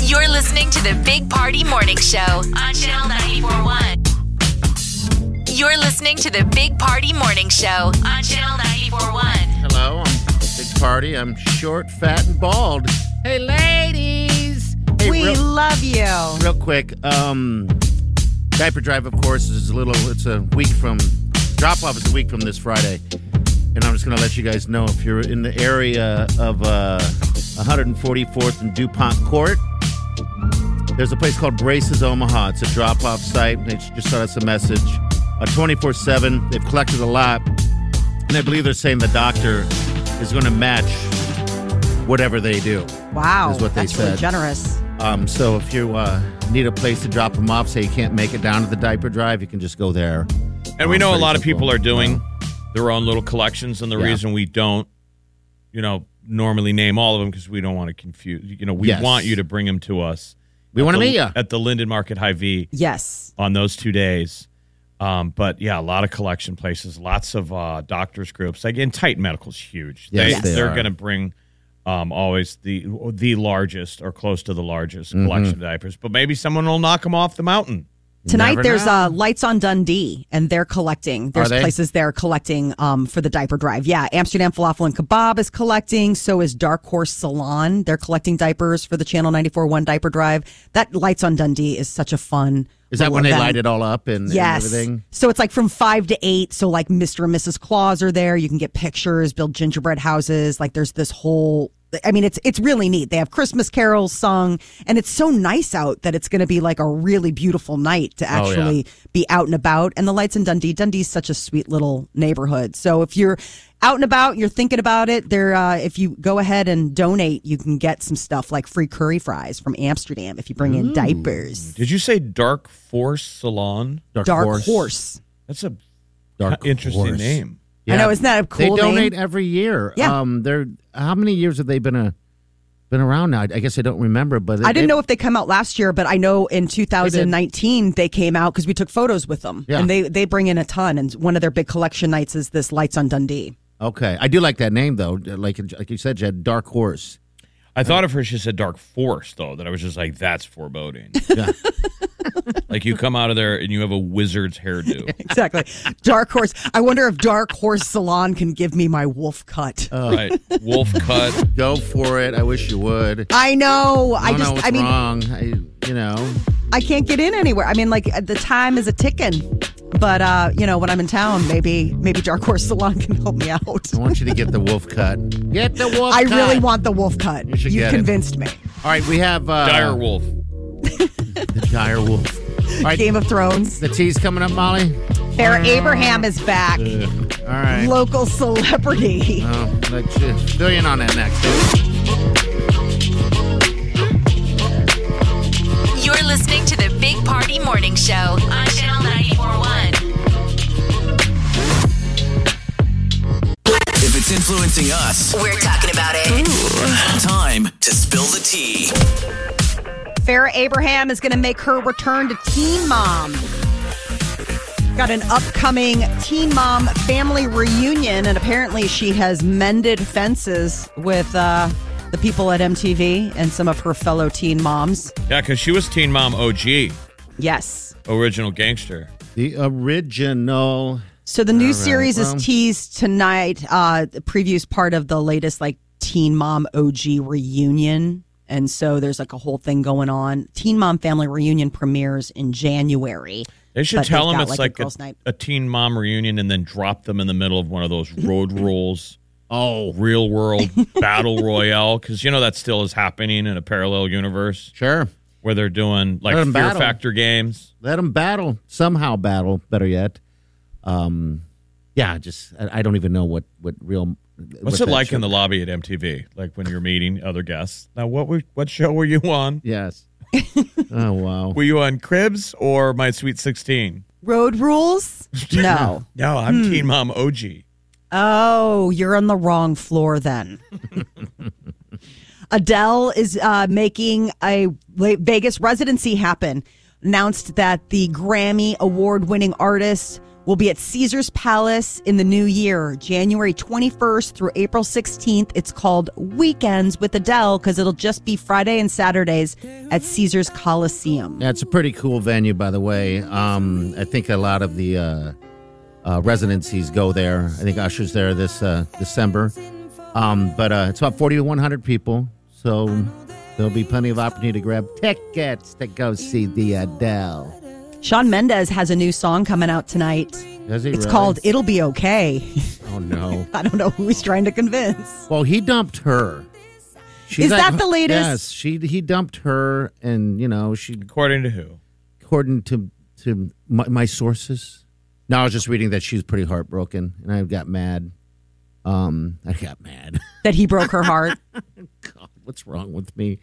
C: You're listening to the Big Party Morning Show on Channel 941. You're listening to the Big Party Morning Show on Channel 941.
D: Hello, I'm Big Party. I'm short, fat, and bald. Hey, ladies. Hey,
E: we
D: real,
E: love you.
D: real quick. Um, diaper drive, of course, is a little. It's a week from drop off. is a week from this Friday, and I'm just gonna let you guys know if you're in the area of uh, 144th and Dupont Court. There's a place called Braces Omaha. It's a drop off site. They just sent us a message. 24 7. They've collected a lot. And I believe they're saying the doctor is going to match whatever they do.
E: Wow,
D: Is what they
E: that's really
D: said.
E: generous.
D: Um, so if you uh, need a place to drop them off, say you can't make it down to the diaper drive, you can just go there.
B: And we
D: Um,
B: know a
D: pretty
B: lot of
D: simple.
B: people are doing their own little collections, and the
D: Yeah.
B: reason we don't, you know, normally name all of them because we don't want to confuse. You know, we
D: Yes.
B: want you to bring them to us.
D: We
B: at
D: wanna
B: the-
D: meet ya.
B: at the Linden Market High V.
E: Yes.
B: on those two days. Um, but yeah, a lot of collection places, lots of uh, doctors groups. Again, Titan Medical's huge.
D: Yes,
B: they,
D: they
B: are
D: are.
B: going to bring um, always the the largest or close to the largest
D: Mhm.
B: collection of diapers. But maybe someone will knock them off the mountain You
E: Tonight
B: never
E: there's
B: know.
E: uh, lights on Dundee, and they're collecting. There's
B: they?
E: places they're collecting um, for the diaper drive. Yeah, Amsterdam Falafel and Kebab is collecting. So is Dark Horse Salon. They're collecting diapers for the Channel 94.1 diaper drive. That lights on Dundee is such a fun.
D: Is that
E: little
D: when they
E: event.
D: light it all up and, and
E: Yes.
D: everything?
E: So it's like from five to eight. So like Mr. and Mrs. Claus are there. You can get pictures, build gingerbread houses. Like there's this whole. I mean, it's it's really neat. They have Christmas carols sung, and it's so nice out that it's going to be like a really beautiful night to
K: Oh, yeah.
E: actually be out and about. And the lights in Dundee, Dundee's such a sweet little neighborhood. So if you're out and about, you're thinking about it. There, uh, if you go ahead and donate, you can get some stuff like free curry fries from Amsterdam if you bring in
B: Ooh.
E: diapers.
B: Did you say Dark Force Salon?
E: Dark Dark Horse. Horse.
B: That's a
D: Dark
B: interesting
D: Horse.
B: name.
E: I know, isn't that a
D: They
E: cool name?
D: donate every year.
E: Yeah.
D: Um, they're how many years have they been a been around now? I I guess I don't remember, but
E: I didn't
D: they-
E: know if they come out last year, but I know in 2019 they, came out because we took photos with them,
D: Yeah.
E: and they they bring in a ton. And one of their big collection nights is this Lights on Dundee. <laughs>
D: Okay, I do like that name though. Like like you said, Jed, Dark Horse.
B: I thought at first she said Dark Force, though, that I was just like,
D: <laughs>
B: that's foreboding. like you come out of there and you have a wizard's
D: <laughs>
B: hairdo.
E: Exactly, Dark Horse. I wonder if Dark Horse Salon can give me my wolf cut.
B: Right. Wolf cut.
D: Go for it. I wish you would.
E: I know. I
D: don't
E: just.
D: know what's
E: I mean,
D: wrong. I, you know,
E: I can't get in anywhere. I mean, like uh, the time is a ticking. But uh, you know, when I'm in town, maybe maybe Dark Horse Salon <laughs> can help me out.
D: I want you to get the wolf cut. Get the wolf.
E: I
D: cut.
E: really want the wolf cut.
D: should
E: You've
D: get it.
E: convinced me.
D: All right, we have <laughs> uh,
B: Dire Wolf.
D: the dire wolf. All right,
E: Game of Thrones.
D: The tea's coming up, Molly.
E: Farrah Abraham is back.
D: All right.
E: Local celebrity.
D: Oh, let's uh, fill you in on that next.
C: You're listening to the Big Party Morning Show on Channel 941.
L: If it's influencing us,
C: We're talking about it.
L: time to spill the tea.
E: Farrah Abraham is going to make her return to Teen Mom. Got an upcoming Teen Mom family reunion, and apparently she has mended fences with uh, the people at MTV and some of her fellow teen moms.
B: Yeah, because she was Teen Mom OG,
E: Yes.
B: original gangster.
D: The original.
E: So the new
D: All right,
E: series
D: well.
E: is teased tonight. Uh, the previews part of the latest like Teen Mom OG reunion, and so there's like a whole thing going on. Teen Mom family reunion premieres in January.
B: They should
E: but
B: tell
E: they've
B: them
E: got,
B: it's like,
E: girls'
B: a,
E: night.
B: a teen mom reunion and then drop them in the middle of one of those
D: <laughs>
B: road rules,
D: Oh,
B: real
D: <laughs>
B: world battle royale. Because you know that still is happening in a parallel universe.
D: Sure.
B: Where they're doing like
D: Let
B: Fear
D: 'em battle.
B: Factor games.
D: Let them battle somehow. Battle better yet. Um, yeah, just I, I don't even know what what real.
B: What's it like in the lobby at MTV? Like when you're meeting other guests. Now, what were, what show were you on?
D: Yes. <laughs> oh wow.
B: Were you on Cribs or My Sweet 16?
E: Road
D: <laughs>
E: rules? No.
B: No, I'm Teen Mom OG.
E: oh, you're on the wrong floor then. Adele is uh, making a La- Vegas residency happen. Announced that the Grammy award winning artist will be at Caesar's Palace in the new year, January 21st through April 16th. It's called Weekends with Adele because it'll just be Friday and Saturdays at Caesar's Coliseum.
D: Yeah, it's a pretty cool venue, by the way. Um, I think a lot of the uh, uh, residencies go there. I think Usher's there this uh, December. Um, but uh, it's about 40 to 100 people, so there'll be plenty of opportunity to grab tickets to go see the Adele.
E: Sean Mendez has a new song coming out tonight.
D: Does he
E: It's
D: really?
E: called It'll Be Okay. <laughs>
D: Oh, no.
E: I don't know who he's trying to convince.
D: Well, he dumped her.
E: Is that the latest?
D: Yes, she he dumped her, and you know she
B: According to who?
D: according to to my, my sources. No, I was just reading that she's pretty heartbroken, and I got mad. Um, I got mad. <laughs>
E: That he broke her heart.
D: God, what's wrong with me?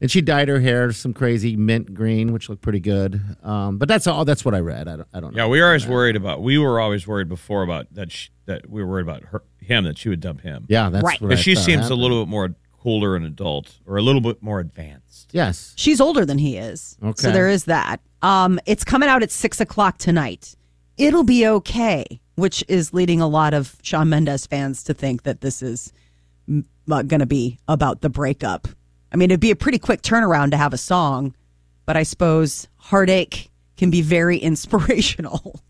D: And she dyed her hair some crazy mint green, which looked pretty good. Um, but that's all. That's what I read. I don't. I don't know.
B: Yeah, we were always worried about. We were always worried before about that. She, that we were worried about her, him that she would dump him.
D: Yeah, that's Right. what I
B: But she
D: thought
B: seems
D: happened.
B: a little bit more cooler and adult, or a little bit more advanced.
D: Yes.
E: She's older than he is.
B: Okay.
E: So there is that. Um, it's coming out at six o'clock tonight. It'll be okay, which is leading a lot of Shawn Mendes fans to think that this is going to be about the breakup. I mean, it'd be a pretty quick turnaround to have a song, but I suppose heartache can be very <laughs> inspirational.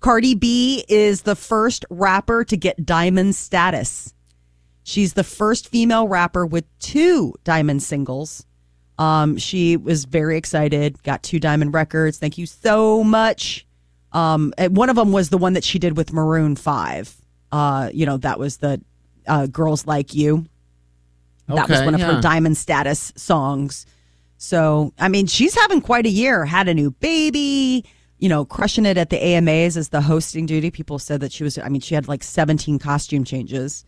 E: Cardi B is the first rapper to get diamond status. She's the first female rapper with two diamond singles. Um, she was very excited, got two diamond records. Thank you so much. Um, and one of them was the one that she did with Maroon 5. Uh, you know, that was the uh, Girls Like You. That was
K: Okay,
E: one of
K: yeah.
E: her diamond status songs. So, I mean, she's having quite a year, had a new baby, you know, crushing it at the AMAs as the hosting duty. People said that she was, I mean, she had like 17 costume changes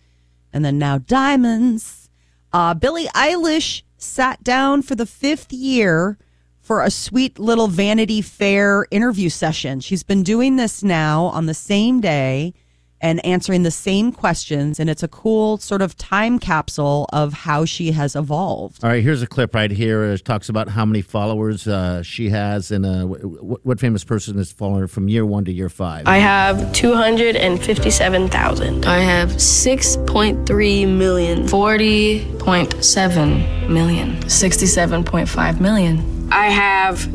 E: and then now diamonds. Uh, Billie Eilish sat down for the fifth year for a sweet little Vanity Fair interview session. She's been doing this now on the same day and answering the same questions. And it's a cool sort of time capsule of how she has evolved.
D: All right, here's a clip right here. It talks about how many followers uh, she has and uh, w- w- what famous person is following her from year one to year five.
G: I have 257,000. I have 6.3 million. 40.7 million. 67.5 million. I have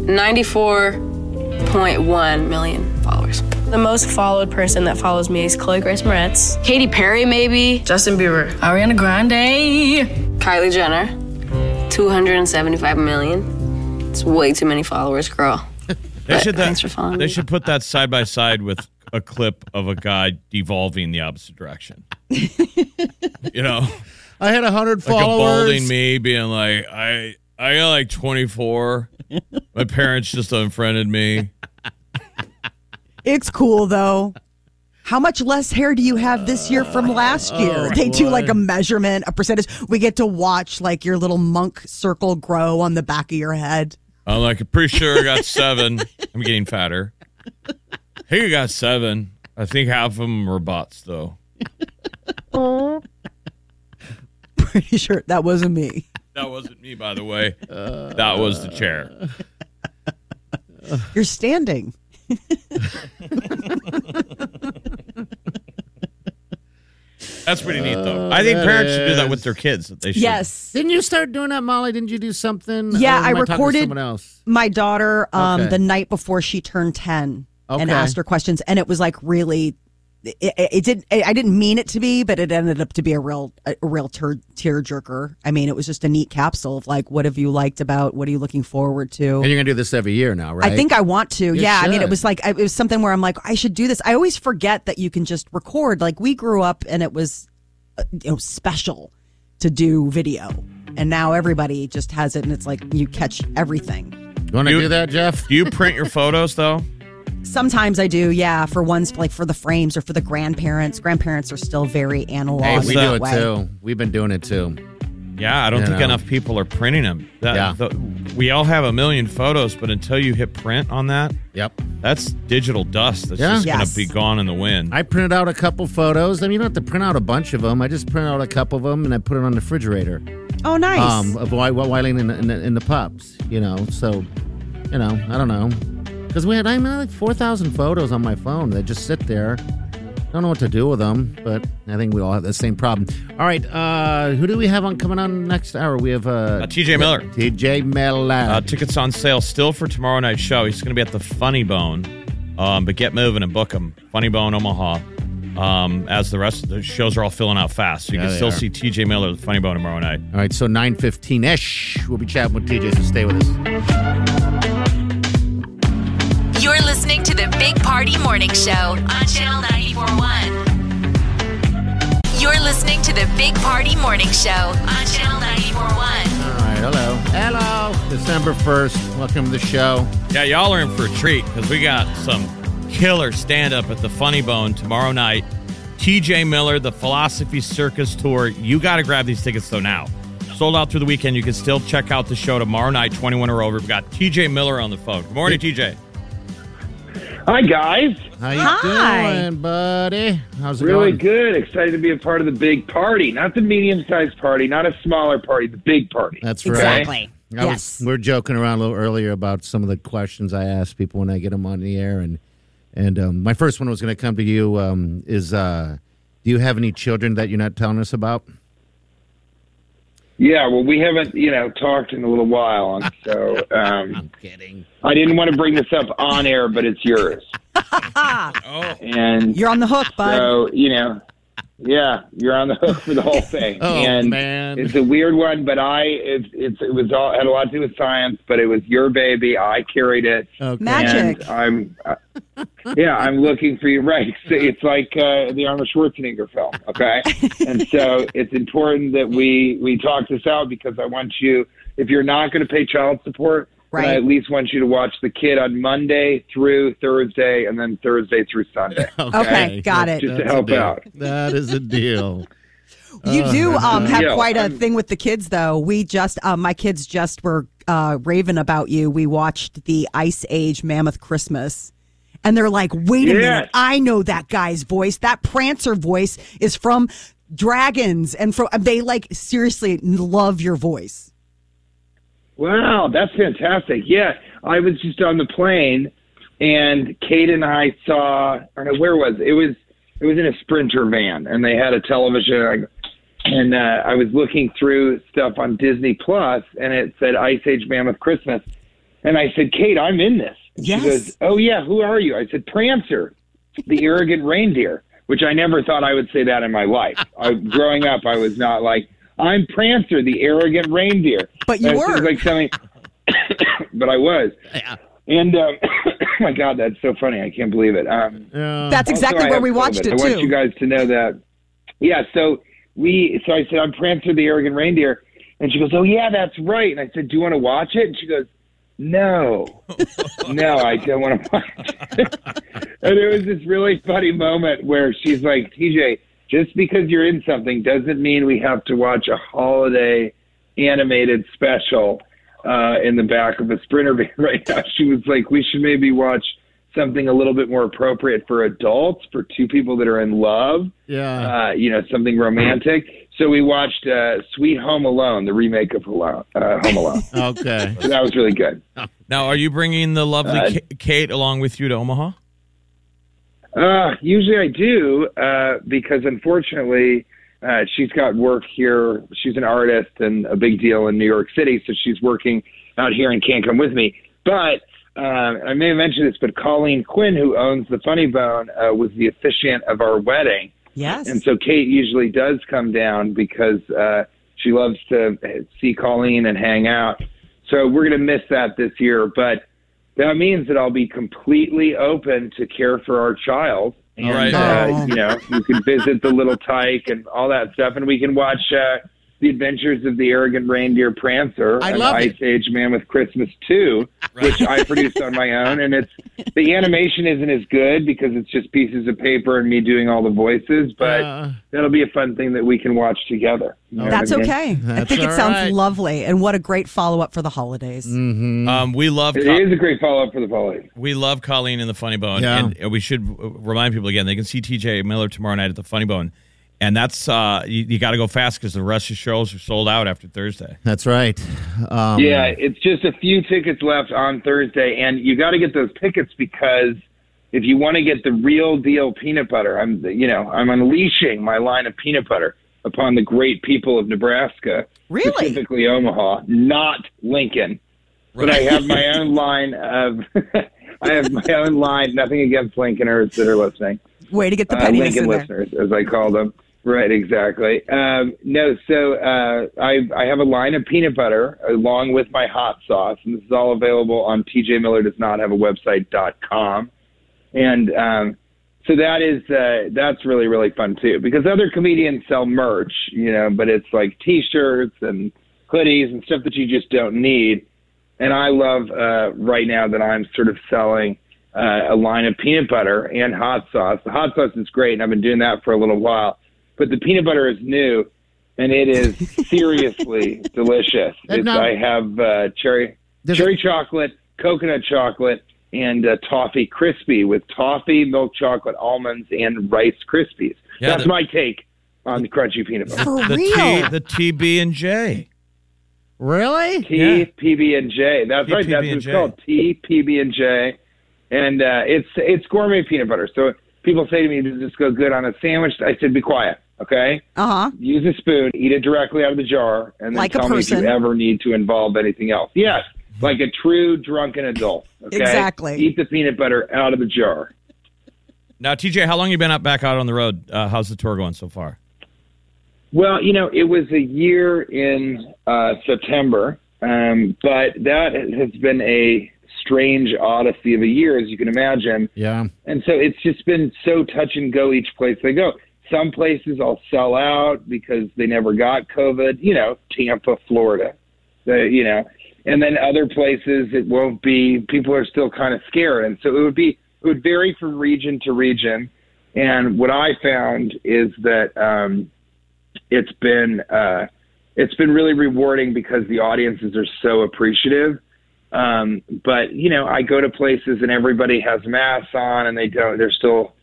G: 94.1 million followers. The most followed person that follows me is Chloe Grace Moretz. Katy Perry, maybe. Justin Bieber. Ariana Grande. Kylie Jenner. 275 million. It's way too many followers, girl.
B: They should that,
G: Thanks for following
B: They
G: me.
B: should put that side by side with a clip of a guy devolving the opposite direction. <laughs> you know,
D: I had 100
B: like a balding
D: followers.
B: me being like, I I got like 24. My parents just unfriended me.
E: It's cool though. How much less hair do you have this year from last year?
K: oh,
E: they do like
K: boy.
E: a measurement, a percentage. We get to watch like your little monk circle grow on the back of your head. <laughs>
B: I'm like, I'm pretty sure I got seven. I'm getting fatter. I think I got seven. I think half of them were bots, though.
E: Pretty sure that wasn't me.
B: That wasn't me, by the way. that was the chair.
E: You're standing.
B: That's pretty neat, though. I think
D: Uh, that
B: parents should do that
D: is-
B: with their kids. that They should.
D: Didn't you start doing that, Molly? Didn't you do something?
E: Yeah,
D: Or am
E: I
D: talking to
E: recorded
D: someone else.
E: my daughter um,
D: Okay.
E: the night before she turned 10 and
D: Okay.
E: asked her questions. And it was like really, it, it, it did. I didn't mean it to be, but it ended up to be a real, a real tear tearjerker. I mean, it was just a neat capsule of like, what have you liked about? What are you looking forward to?
D: And you're going to do this every year now, right?
E: I think I want to.
D: You
E: yeah. I mean, it
D: should.
E: was like, it was something where I'm like, I should do this. I always forget that you can just record. Like, we grew up and it was, uh, you know, special to do video. And now everybody just has it and it's like you catch everything.
D: You want to do that, Jeff?
B: Do you print your photos, though?
E: Sometimes I do, yeah, for ones like for the frames or for the grandparents. Grandparents are still very analog.
D: Hey, we
E: in
D: do
E: that
D: it
E: way.
D: too. We've been doing it too.
B: Yeah, I don't
D: You
B: think
D: know.
B: enough people are printing them. That,
D: Yeah.
B: the- we all have a million photos, but until you hit print on that,
D: yep,
B: that's digital dust that's
D: Yeah.
B: just going
D: Yes.
B: to be gone in the wind.
D: I printed out a couple photos. I mean, you don't have to print out a bunch of them. I just print out a couple of them and I put it on the refrigerator.
E: Oh, nice.
D: Um, of Wy- Wy- Wylie and, the- and, the- and the pups, you know. So, you know, I don't know. Because we had, I mean, like 4,000 photos on my phone. They just sit there. Don't know what to do with them, but I think we all have the same problem. All right, uh, who do we have on coming on next hour? We have uh,
B: Uh, TJ Miller.
D: TJ Miller.
B: Uh, tickets on sale still for tomorrow night's show. He's going to be at the Funny Bone, um, but get moving and book him. Funny Bone Omaha. Um, as the rest of the shows are all filling out fast, so you
D: Yeah,
B: can
D: they
B: still
D: are.
B: see TJ Miller at the Funny Bone tomorrow night.
D: All right, so 9.15 ish. We'll be chatting with TJ, so stay with us.
C: You're listening to the Big Party Morning Show on Channel 941. You're listening to the Big Party Morning Show on Channel 941.
D: All right, hello. Hello. December 1st. Welcome to the show.
B: Yeah, y'all are in for a treat because we got some killer stand up at the Funny Bone tomorrow night. TJ Miller, the Philosophy Circus Tour. You got to grab these tickets, though, now. Sold out through the weekend. You can still check out the show tomorrow night, 21 or over. We've got TJ Miller on the phone. Good morning, TJ.
K: Hi, guys.
D: How you
B: Hi.
D: doing, buddy? How's it
K: really
D: going?
K: good. Excited to be a part of the big party. Not the medium sized party, not a smaller party, the big party.
D: That's right. I was- we are joking around a little earlier about some of the questions I ask people when I get them on the air, and and um, my first one was going to come to you. Um, is uh, do you have any children that you're not telling us about?
K: Yeah, well, we haven't, you know, talked in a little while. And so um, I'm
D: kidding.
K: I didn't want to bring this up on air, but
G: <laughs>
K: it's yours. And
E: You're on the hook, bud.
K: So, you know, yeah, you're on the hook for the whole thing.
E: Oh,
K: and
D: man.
K: It's a weird one, but I, it, it's it was all, had a lot to do with science, but it was your baby. I carried it.
E: Oh,
D: Okay.
K: And I'm, uh, yeah, I'm looking for you. <laughs> Right. So it's like uh, the Arnold Schwarzenegger film. Okay. and so it's important that we, we talk this out because I want you, if you're not going to pay child support, then I
M: Right.
K: at least want you to watch the kid on Monday through Thursday and then Thursday through Sunday. Just uh, to
D: That's a
K: help
D: deal.
K: out.
D: That
K: <laughs>
D: is a deal.
E: You
D: Oh,
E: do
D: that's
E: um,
D: a
E: have
D: deal.
E: quite a thing with the kids, though. We just, um, my kids just were uh, raving about you. We watched the Ice Age Mammoth Christmas, and they're like, "Wait a
N: Yes.
E: minute! I know that guy's voice. That Prancer voice is from Dragons." And from they like seriously love your voice.
K: Wow, that's fantastic. Yeah, I was just on the plane, and Kate and I saw. I don't know where it was it was it was in a Sprinter van, and they had a television. And I, and uh, I was looking through stuff on Disney Plus, and it said Ice Age Mammoth Christmas, and I said, Kate, I'm in this. And She goes, Oh yeah, who are you? I said, Prancer,
E: <laughs>
K: the arrogant reindeer, which I never thought I would say that in my life. I, growing up, I was not like. I'm Prancer, the arrogant reindeer.
E: But you
K: And it seems
E: were.
K: like something. <coughs> but I was. And um, <coughs> my God, that's so funny! I can't believe it. Um,
E: That's
K: also,
E: exactly
K: I
E: where
K: have
E: we
K: COVID.
E: watched it,
K: I want
E: too.
K: you guys to know that. Yeah. So we. So I said, I'm Prancer the Arrogant Reindeer, and she goes, Oh yeah, that's right. And I said, Do you want to watch it? And she goes,
E: <laughs>
K: No, no, I don't want to watch it. <laughs> and it was this really funny moment where she's like, TJ, just because you're in something doesn't mean we have to watch a holiday animated special uh, in the back of a sprinter van <laughs> right now. She was like, we should maybe watch something a little bit more appropriate for adults, for two people that are in love,
D: Yeah.
K: uh, you know, something romantic. So we watched uh, Sweet Home Alone, the remake of Alone, uh, Home Alone.
D: okay.
K: So that was really good.
B: Now, are you bringing the lovely
K: Uh,
B: Ka- Kate along with you to Omaha?
K: Uh, usually I do uh, because unfortunately uh, she's got work here. She's an artist and a big deal in New York City, so she's working out here and can't come with me. But um, and I may have mentioned this, but Colleen Quinn, who owns the Funny Bone, uh, was the officiant of our wedding.
E: Yes.
K: And so Kate usually does come down because uh, she loves to see Colleen and hang out. So we're going to miss that this year, but that means that I'll be completely open to care for our child. And,
B: All right.
K: uh, you know, you can visit the little tyke and all that stuff, and we can watch uh, The Adventures of the Arrogant Reindeer Prancer
D: I
K: and
D: love
K: Ice
D: it.
K: Age Mammoth Christmas 2, which I produced on my own. And it's the animation isn't as good because it's just pieces of paper and me doing all the voices, but
D: Uh.
K: that'll be a fun thing that we can watch together. You know what
E: That's
K: I mean?
E: okay. I think it sounds lovely, and what a great follow up for the holidays.
B: Um, we love
K: It
B: Co-
K: is a great follow up for the holidays.
B: We love Colleen and the Funny Bone.
K: Yeah.
B: And we should uh, remind people again, they can see TJ Miller tomorrow night at the Funny Bone. And that's, uh, you, you got to go fast because the rest of the shows are sold out after Thursday.
D: That's right. Um,
K: yeah, it's just a few tickets left on Thursday, and you got to get those tickets because if you want to get the real deal peanut butter, I'm you know I'm unleashing my line of peanut butter upon the great people of Nebraska,
E: really?
K: specifically Omaha, not Lincoln. But I have my own line of <laughs> I have my own line. Nothing against Lincolners that are listening
E: Way to get the
K: uh,
E: pettiness
K: Lincoln
E: in there.
K: listeners, as I call them. Right, exactly. Um, no, so uh, I, I have a line of peanut butter along with my hot sauce, and this is all available on TJ Miller does not have a website dot com, and um, so that is uh, that's really really fun too because other comedians sell merch, you know, but it's like T-shirts and hoodies and stuff that you just don't need, and I love uh, right now that I'm sort of selling uh, a line of peanut butter and hot sauce. The hot sauce is great, and I've been doing that for a little while. But the peanut butter is new, and
D: <laughs>
K: it is seriously delicious.
D: That's
K: It's,
D: not-
K: I have uh, cherry cherry chocolate, coconut chocolate, and uh, toffee crispy with toffee, milk chocolate, almonds, and Rice Krispies.
B: Yeah,
K: That's
B: the-
K: my take on the crunchy peanut butter.
B: the T, the TB and J.
D: Really?
K: T PB and J. That's right. That's what it's
B: PB&J.
K: called. T PB and J, and uh, it's it's gourmet peanut butter. So people say to me, "Does this go good on a sandwich?" I said, "Be quiet, okay?
E: Uh huh.
K: Use a spoon, eat it directly out of the jar, and then
E: Like a
K: tell me if you
E: person.
K: ever need to involve anything else." Yes, like a true drunken adult. Okay?
E: Exactly.
K: Eat the peanut butter out of the jar.
B: Now, TJ, how long you been out back out on the road? Uh, how's the tour going so far?
K: Well, you know, it was a year in uh, September, um, but that has been a strange odyssey of a year, as you can imagine.
D: Yeah.
K: And so it's just been so touch and go each place they go. Some places I'll sell out because they never got COVID, you know, Tampa, Florida, the, you know, and then other places it won't be, people are still kind of scared. And so it would be, it would vary from region to region. And what I found is that, um, it's been, uh, it's been really rewarding because the audiences are so appreciative. Um, but you know, I go to places and everybody has masks on and they don't, they're still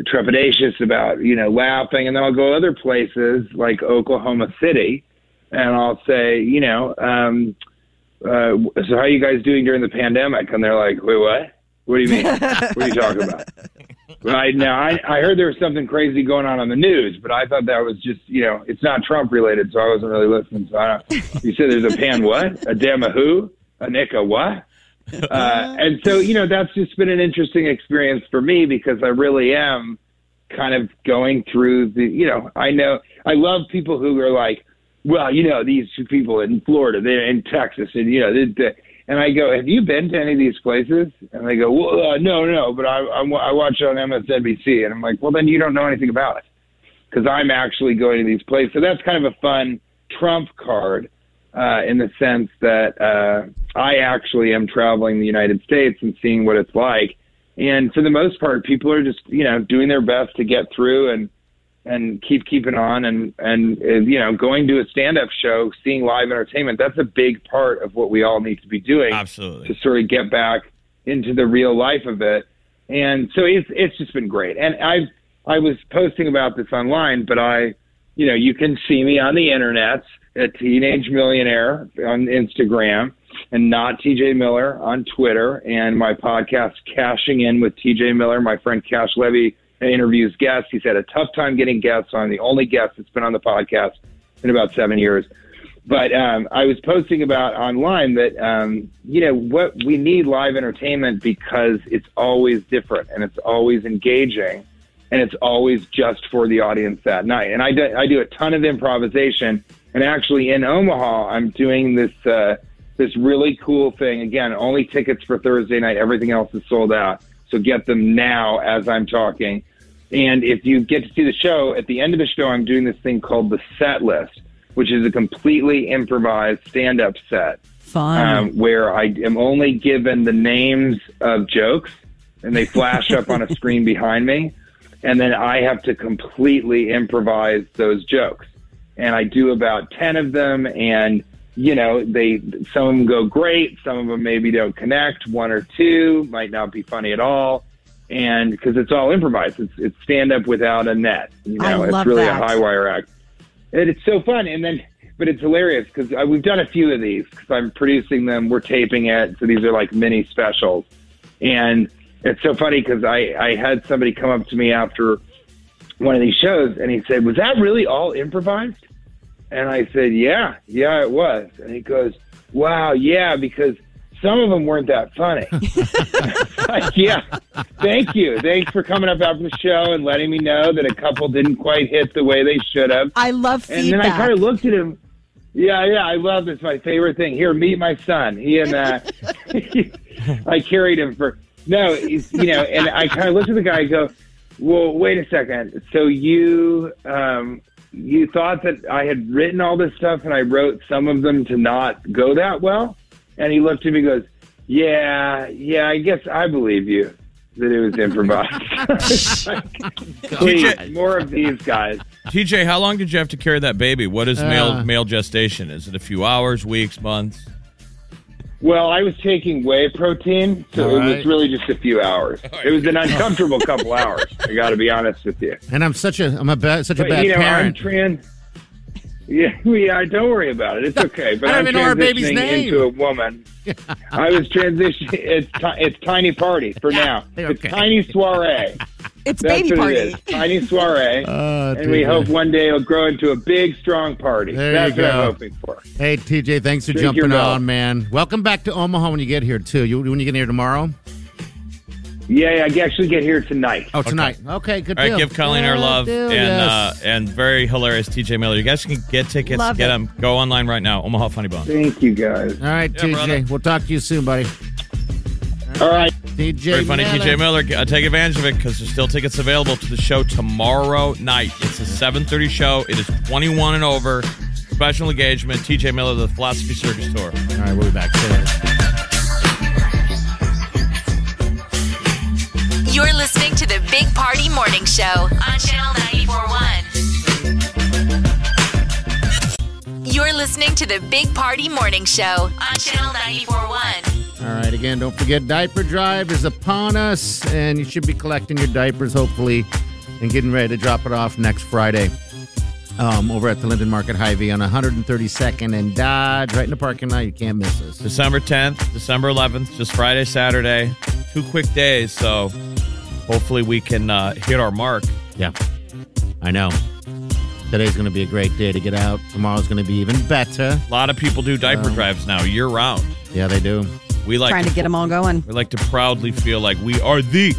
K: trepidatious about, you know, laughing. And then I'll go other places like Oklahoma City and I'll say, you know, um, uh, so how are you guys doing during the pandemic? And they're like, wait, what? What do you mean? what are you talking about? Right now, I, I heard there was something crazy going on on the news, but I thought that was just, you know, it's not Trump related, so I wasn't really listening. So I don't, you said there's a pan what? A damn a who? A nick a what? Uh, and so, you know, that's just been an interesting experience for me because I really am kind of going through the, you know, I know, I love people who are like, well, you know, these people in Florida, they're in Texas, and, you know, they, they, and I go, have you been to any of these places? And they go, well, uh, no, no, but I, I, wa- I watch it on MSNBC. And I'm like, well, then you don't know anything about it because I'm actually going to these places. So that's kind of a fun trump card uh, in the sense that uh, I actually am traveling the United States and seeing what it's like. And for the most part, people are just you know doing their best to get through and and keep keeping on and and uh, you know going to a stand up show, seeing live entertainment. That's a big part of what we all need to be doing.
B: Absolutely.
K: to sort of get back into the real life of it. And so it's it's just been great. And I've I was posting about this online, but I, you know, you can see me on the internet at Teenage Millionaire on Instagram and not TJ Miller on Twitter and my podcast Cashing In with TJ Miller. My friend Cash Levy interviews guests. He's had a tough time getting guests on. The only guest that's been on the podcast in about seven years. But um, I was posting about online that um, you know what we need live entertainment because it's always different and it's always engaging and it's always just for the audience that night. And I do, I do a ton of improvisation. And actually, in Omaha, I'm doing this uh, this really cool thing. Again, only tickets for Thursday night. Everything else is sold out. So get them now as I'm talking. And if you get to see the show, at the end of the show, I'm doing this thing called the set list, which is a completely improvised stand up set
E: Fun.
K: um, where I am only given the names of jokes and they flash up on a screen behind me. And then I have to completely improvise those jokes. And I do about 10 of them. And, you know, they, some of them go great. Some of them maybe don't connect. One or two might not be funny at all. And because it's all improvised, it's, it's stand up without a net. You
E: I
K: know,
E: love
K: it's really
E: that.
K: a high wire act. And it's so fun. And then, but it's hilarious because we've done a few of these because I'm producing them. We're taping it. So these are like mini specials. And it's so funny because I, I had somebody come up to me after one of these shows and he said, Was that really all improvised? And I said, Yeah, yeah, it was. And he goes, Wow, yeah, because some of them weren't that funny. <laughs> Like, yeah, thank you. Thanks for coming up after the show and letting me know that a couple didn't quite hit the way they should have.
E: I love
K: And then I
E: feedback.
K: kind of looked at him. Yeah, yeah, I love this. My favorite thing. Here, meet my son. He and uh, <laughs> I carried him for no, he's, you know. And I kind of looked at the guy. and Go, well, wait a second. So you um, you thought that I had written all this stuff, and I wrote some of them to not go that well. And he looked at me, and goes, yeah, yeah. I guess I believe you. that it was improvised. <laughs> Please, more of these guys.
B: TJ, how long did you have to carry that baby? What is
K: Uh.
B: male male gestation? Is it a few hours, weeks, months?
K: Well, I was taking whey protein, so
D: All
K: it
D: right.
K: was really just a few
D: <laughs>
K: hours. It was an uncomfortable couple hours. I got to be honest with you.
D: And I'm such a I'm a ba- such a
K: But,
D: bad
K: you know, I'm
D: parent.
K: trans. Yeah, <laughs> yeah. Don't worry about it. It's okay.
D: <laughs>
K: But
D: I don't
K: am
D: even know our baby's name.
K: into a woman.
D: <laughs>
K: I was transitioning. It's ti- it's tiny party for now. It's tiny
D: <laughs>
K: soiree.
E: It's
K: That's
E: baby
K: what
E: party.
K: It is. Tiny soiree. and we
D: Oh, dear.
K: hope one day it'll grow into a big, strong party.
D: There
K: That's
D: you
K: what
D: go.
K: I'm hoping for.
D: Hey TJ, thanks for
K: Thank
D: jumping
K: you, Ralph.
D: on, man. Welcome back to Omaha when you get here too. You when you get here tomorrow?
K: Yeah, I actually get here tonight.
D: Oh, tonight. Okay, good
B: All right,
D: deal.
B: give Colleen our
D: Good
B: love
D: deal,
B: and
D: yes.
B: uh, and very hilarious TJ Miller. You guys can get tickets,
D: Love
B: get
D: it.
B: them, go online right now. Omaha Funny Bone.
K: Thank you guys.
D: All right, TJ. We'll talk to you soon, buddy.
K: All right.
D: TJ.
B: Very funny,
D: Miller.
B: TJ Miller. Uh, take advantage of it because there's still tickets available to the show tomorrow night. It's a 7:30 show. It is 21 and over. Special engagement. TJ Miller, the Philosophy Circus Tour.
D: All right, we'll be back. Stay with us.
C: You're listening to the Big Party Morning Show on Channel 941. You're listening to the Big Party Morning Show on Channel 941.
D: All right, again, don't forget diaper drive is upon us, and you should be collecting your diapers hopefully and getting ready to drop it off next Friday um, over at the Linden Market Hy-Vee on 132nd and Dodge, right in the parking lot. You can't miss us.
B: December 10th, December 11th, just Friday, Saturday. Two quick days, so hopefully we can uh, hit our mark.
D: Yeah, I know. Today's going to be a great day to get out. Tomorrow's going to be even better.
B: A lot of people do diaper drives now year round.
D: Yeah, they do.
B: We like
E: Trying to get them all going.
B: We like to proudly feel like we are the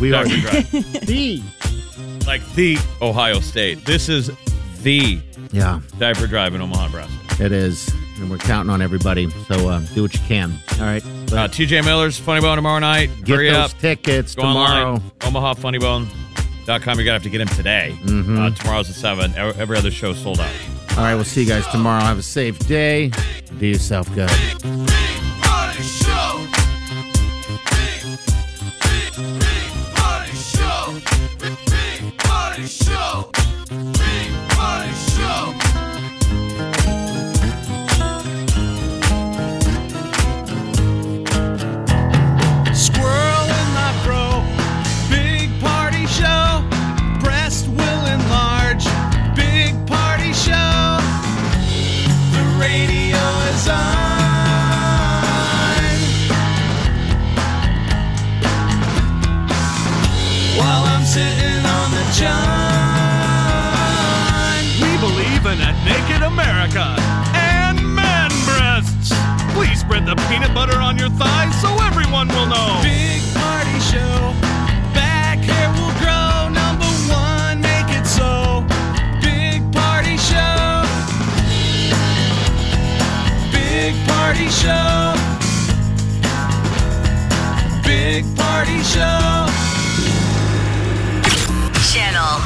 D: we
B: diaper
D: are-
B: drive.
E: <laughs>
D: The
B: like the Ohio State. This is the
D: Yeah.
B: diaper drive in Omaha, Nebraska.
D: It is, and we're counting on everybody. So uh, do what you can. All right,
B: Uh, TJ Miller's Funny Bone tomorrow night.
D: get
B: Hurry
D: those
B: up.
D: tickets
B: Go
D: tomorrow.
B: online. OmahaFunnyBone.com. You're going to have to get him today.
D: Mhm.
B: Uh, tomorrow's at 7. E- Every other show sold out.
D: All right, we'll see you guys tomorrow. Have a safe day. Do yourself good.
A: Squirrel in my bro, big party show. Breast will enlarge, big party show. The radio is on. While I'm sitting on the john, we believe in a naked America and man breasts. Please spread the peanut butter on your thighs so everyone will know. Big party show. Back hair will grow. Number one, make it so. Big party show. Big party show. Big party show.
C: Channel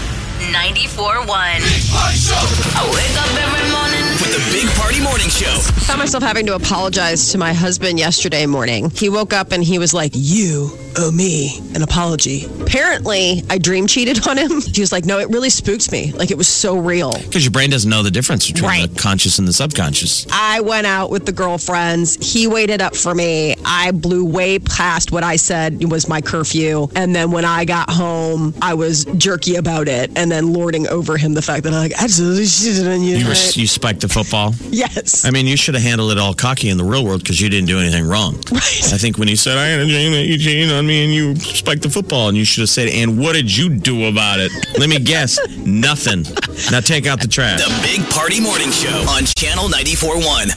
C: 941. I wake up every morning.
L: With the Big Party Morning Show.
M: found myself having to apologize to my husband yesterday morning. He woke up and he was like, You owe me an apology. Apparently, I dream cheated on him. He was like, No, it really spooked me. Like, it was so real.
L: Because your brain doesn't know the difference between the conscious and the subconscious.
M: I went out with the girlfriends. He waited up for me. I blew way past what I said was my curfew. And then when I got home, I was jerky about it and then lording over him the fact that I like <laughs> absolutely cheated on you.
L: You, were, you spiked the football.
M: Yes.
L: I mean, you should have handled it all cocky in the real world because you didn't do anything wrong. <laughs> Right. I think when he said, I had a dream that you cheated on me and you spiked the football, and you should have said, and what did you do about it? Let me guess, <laughs> nothing. Now take out the trash.
C: The
L: Big Party Morning Show on Channel 94.1.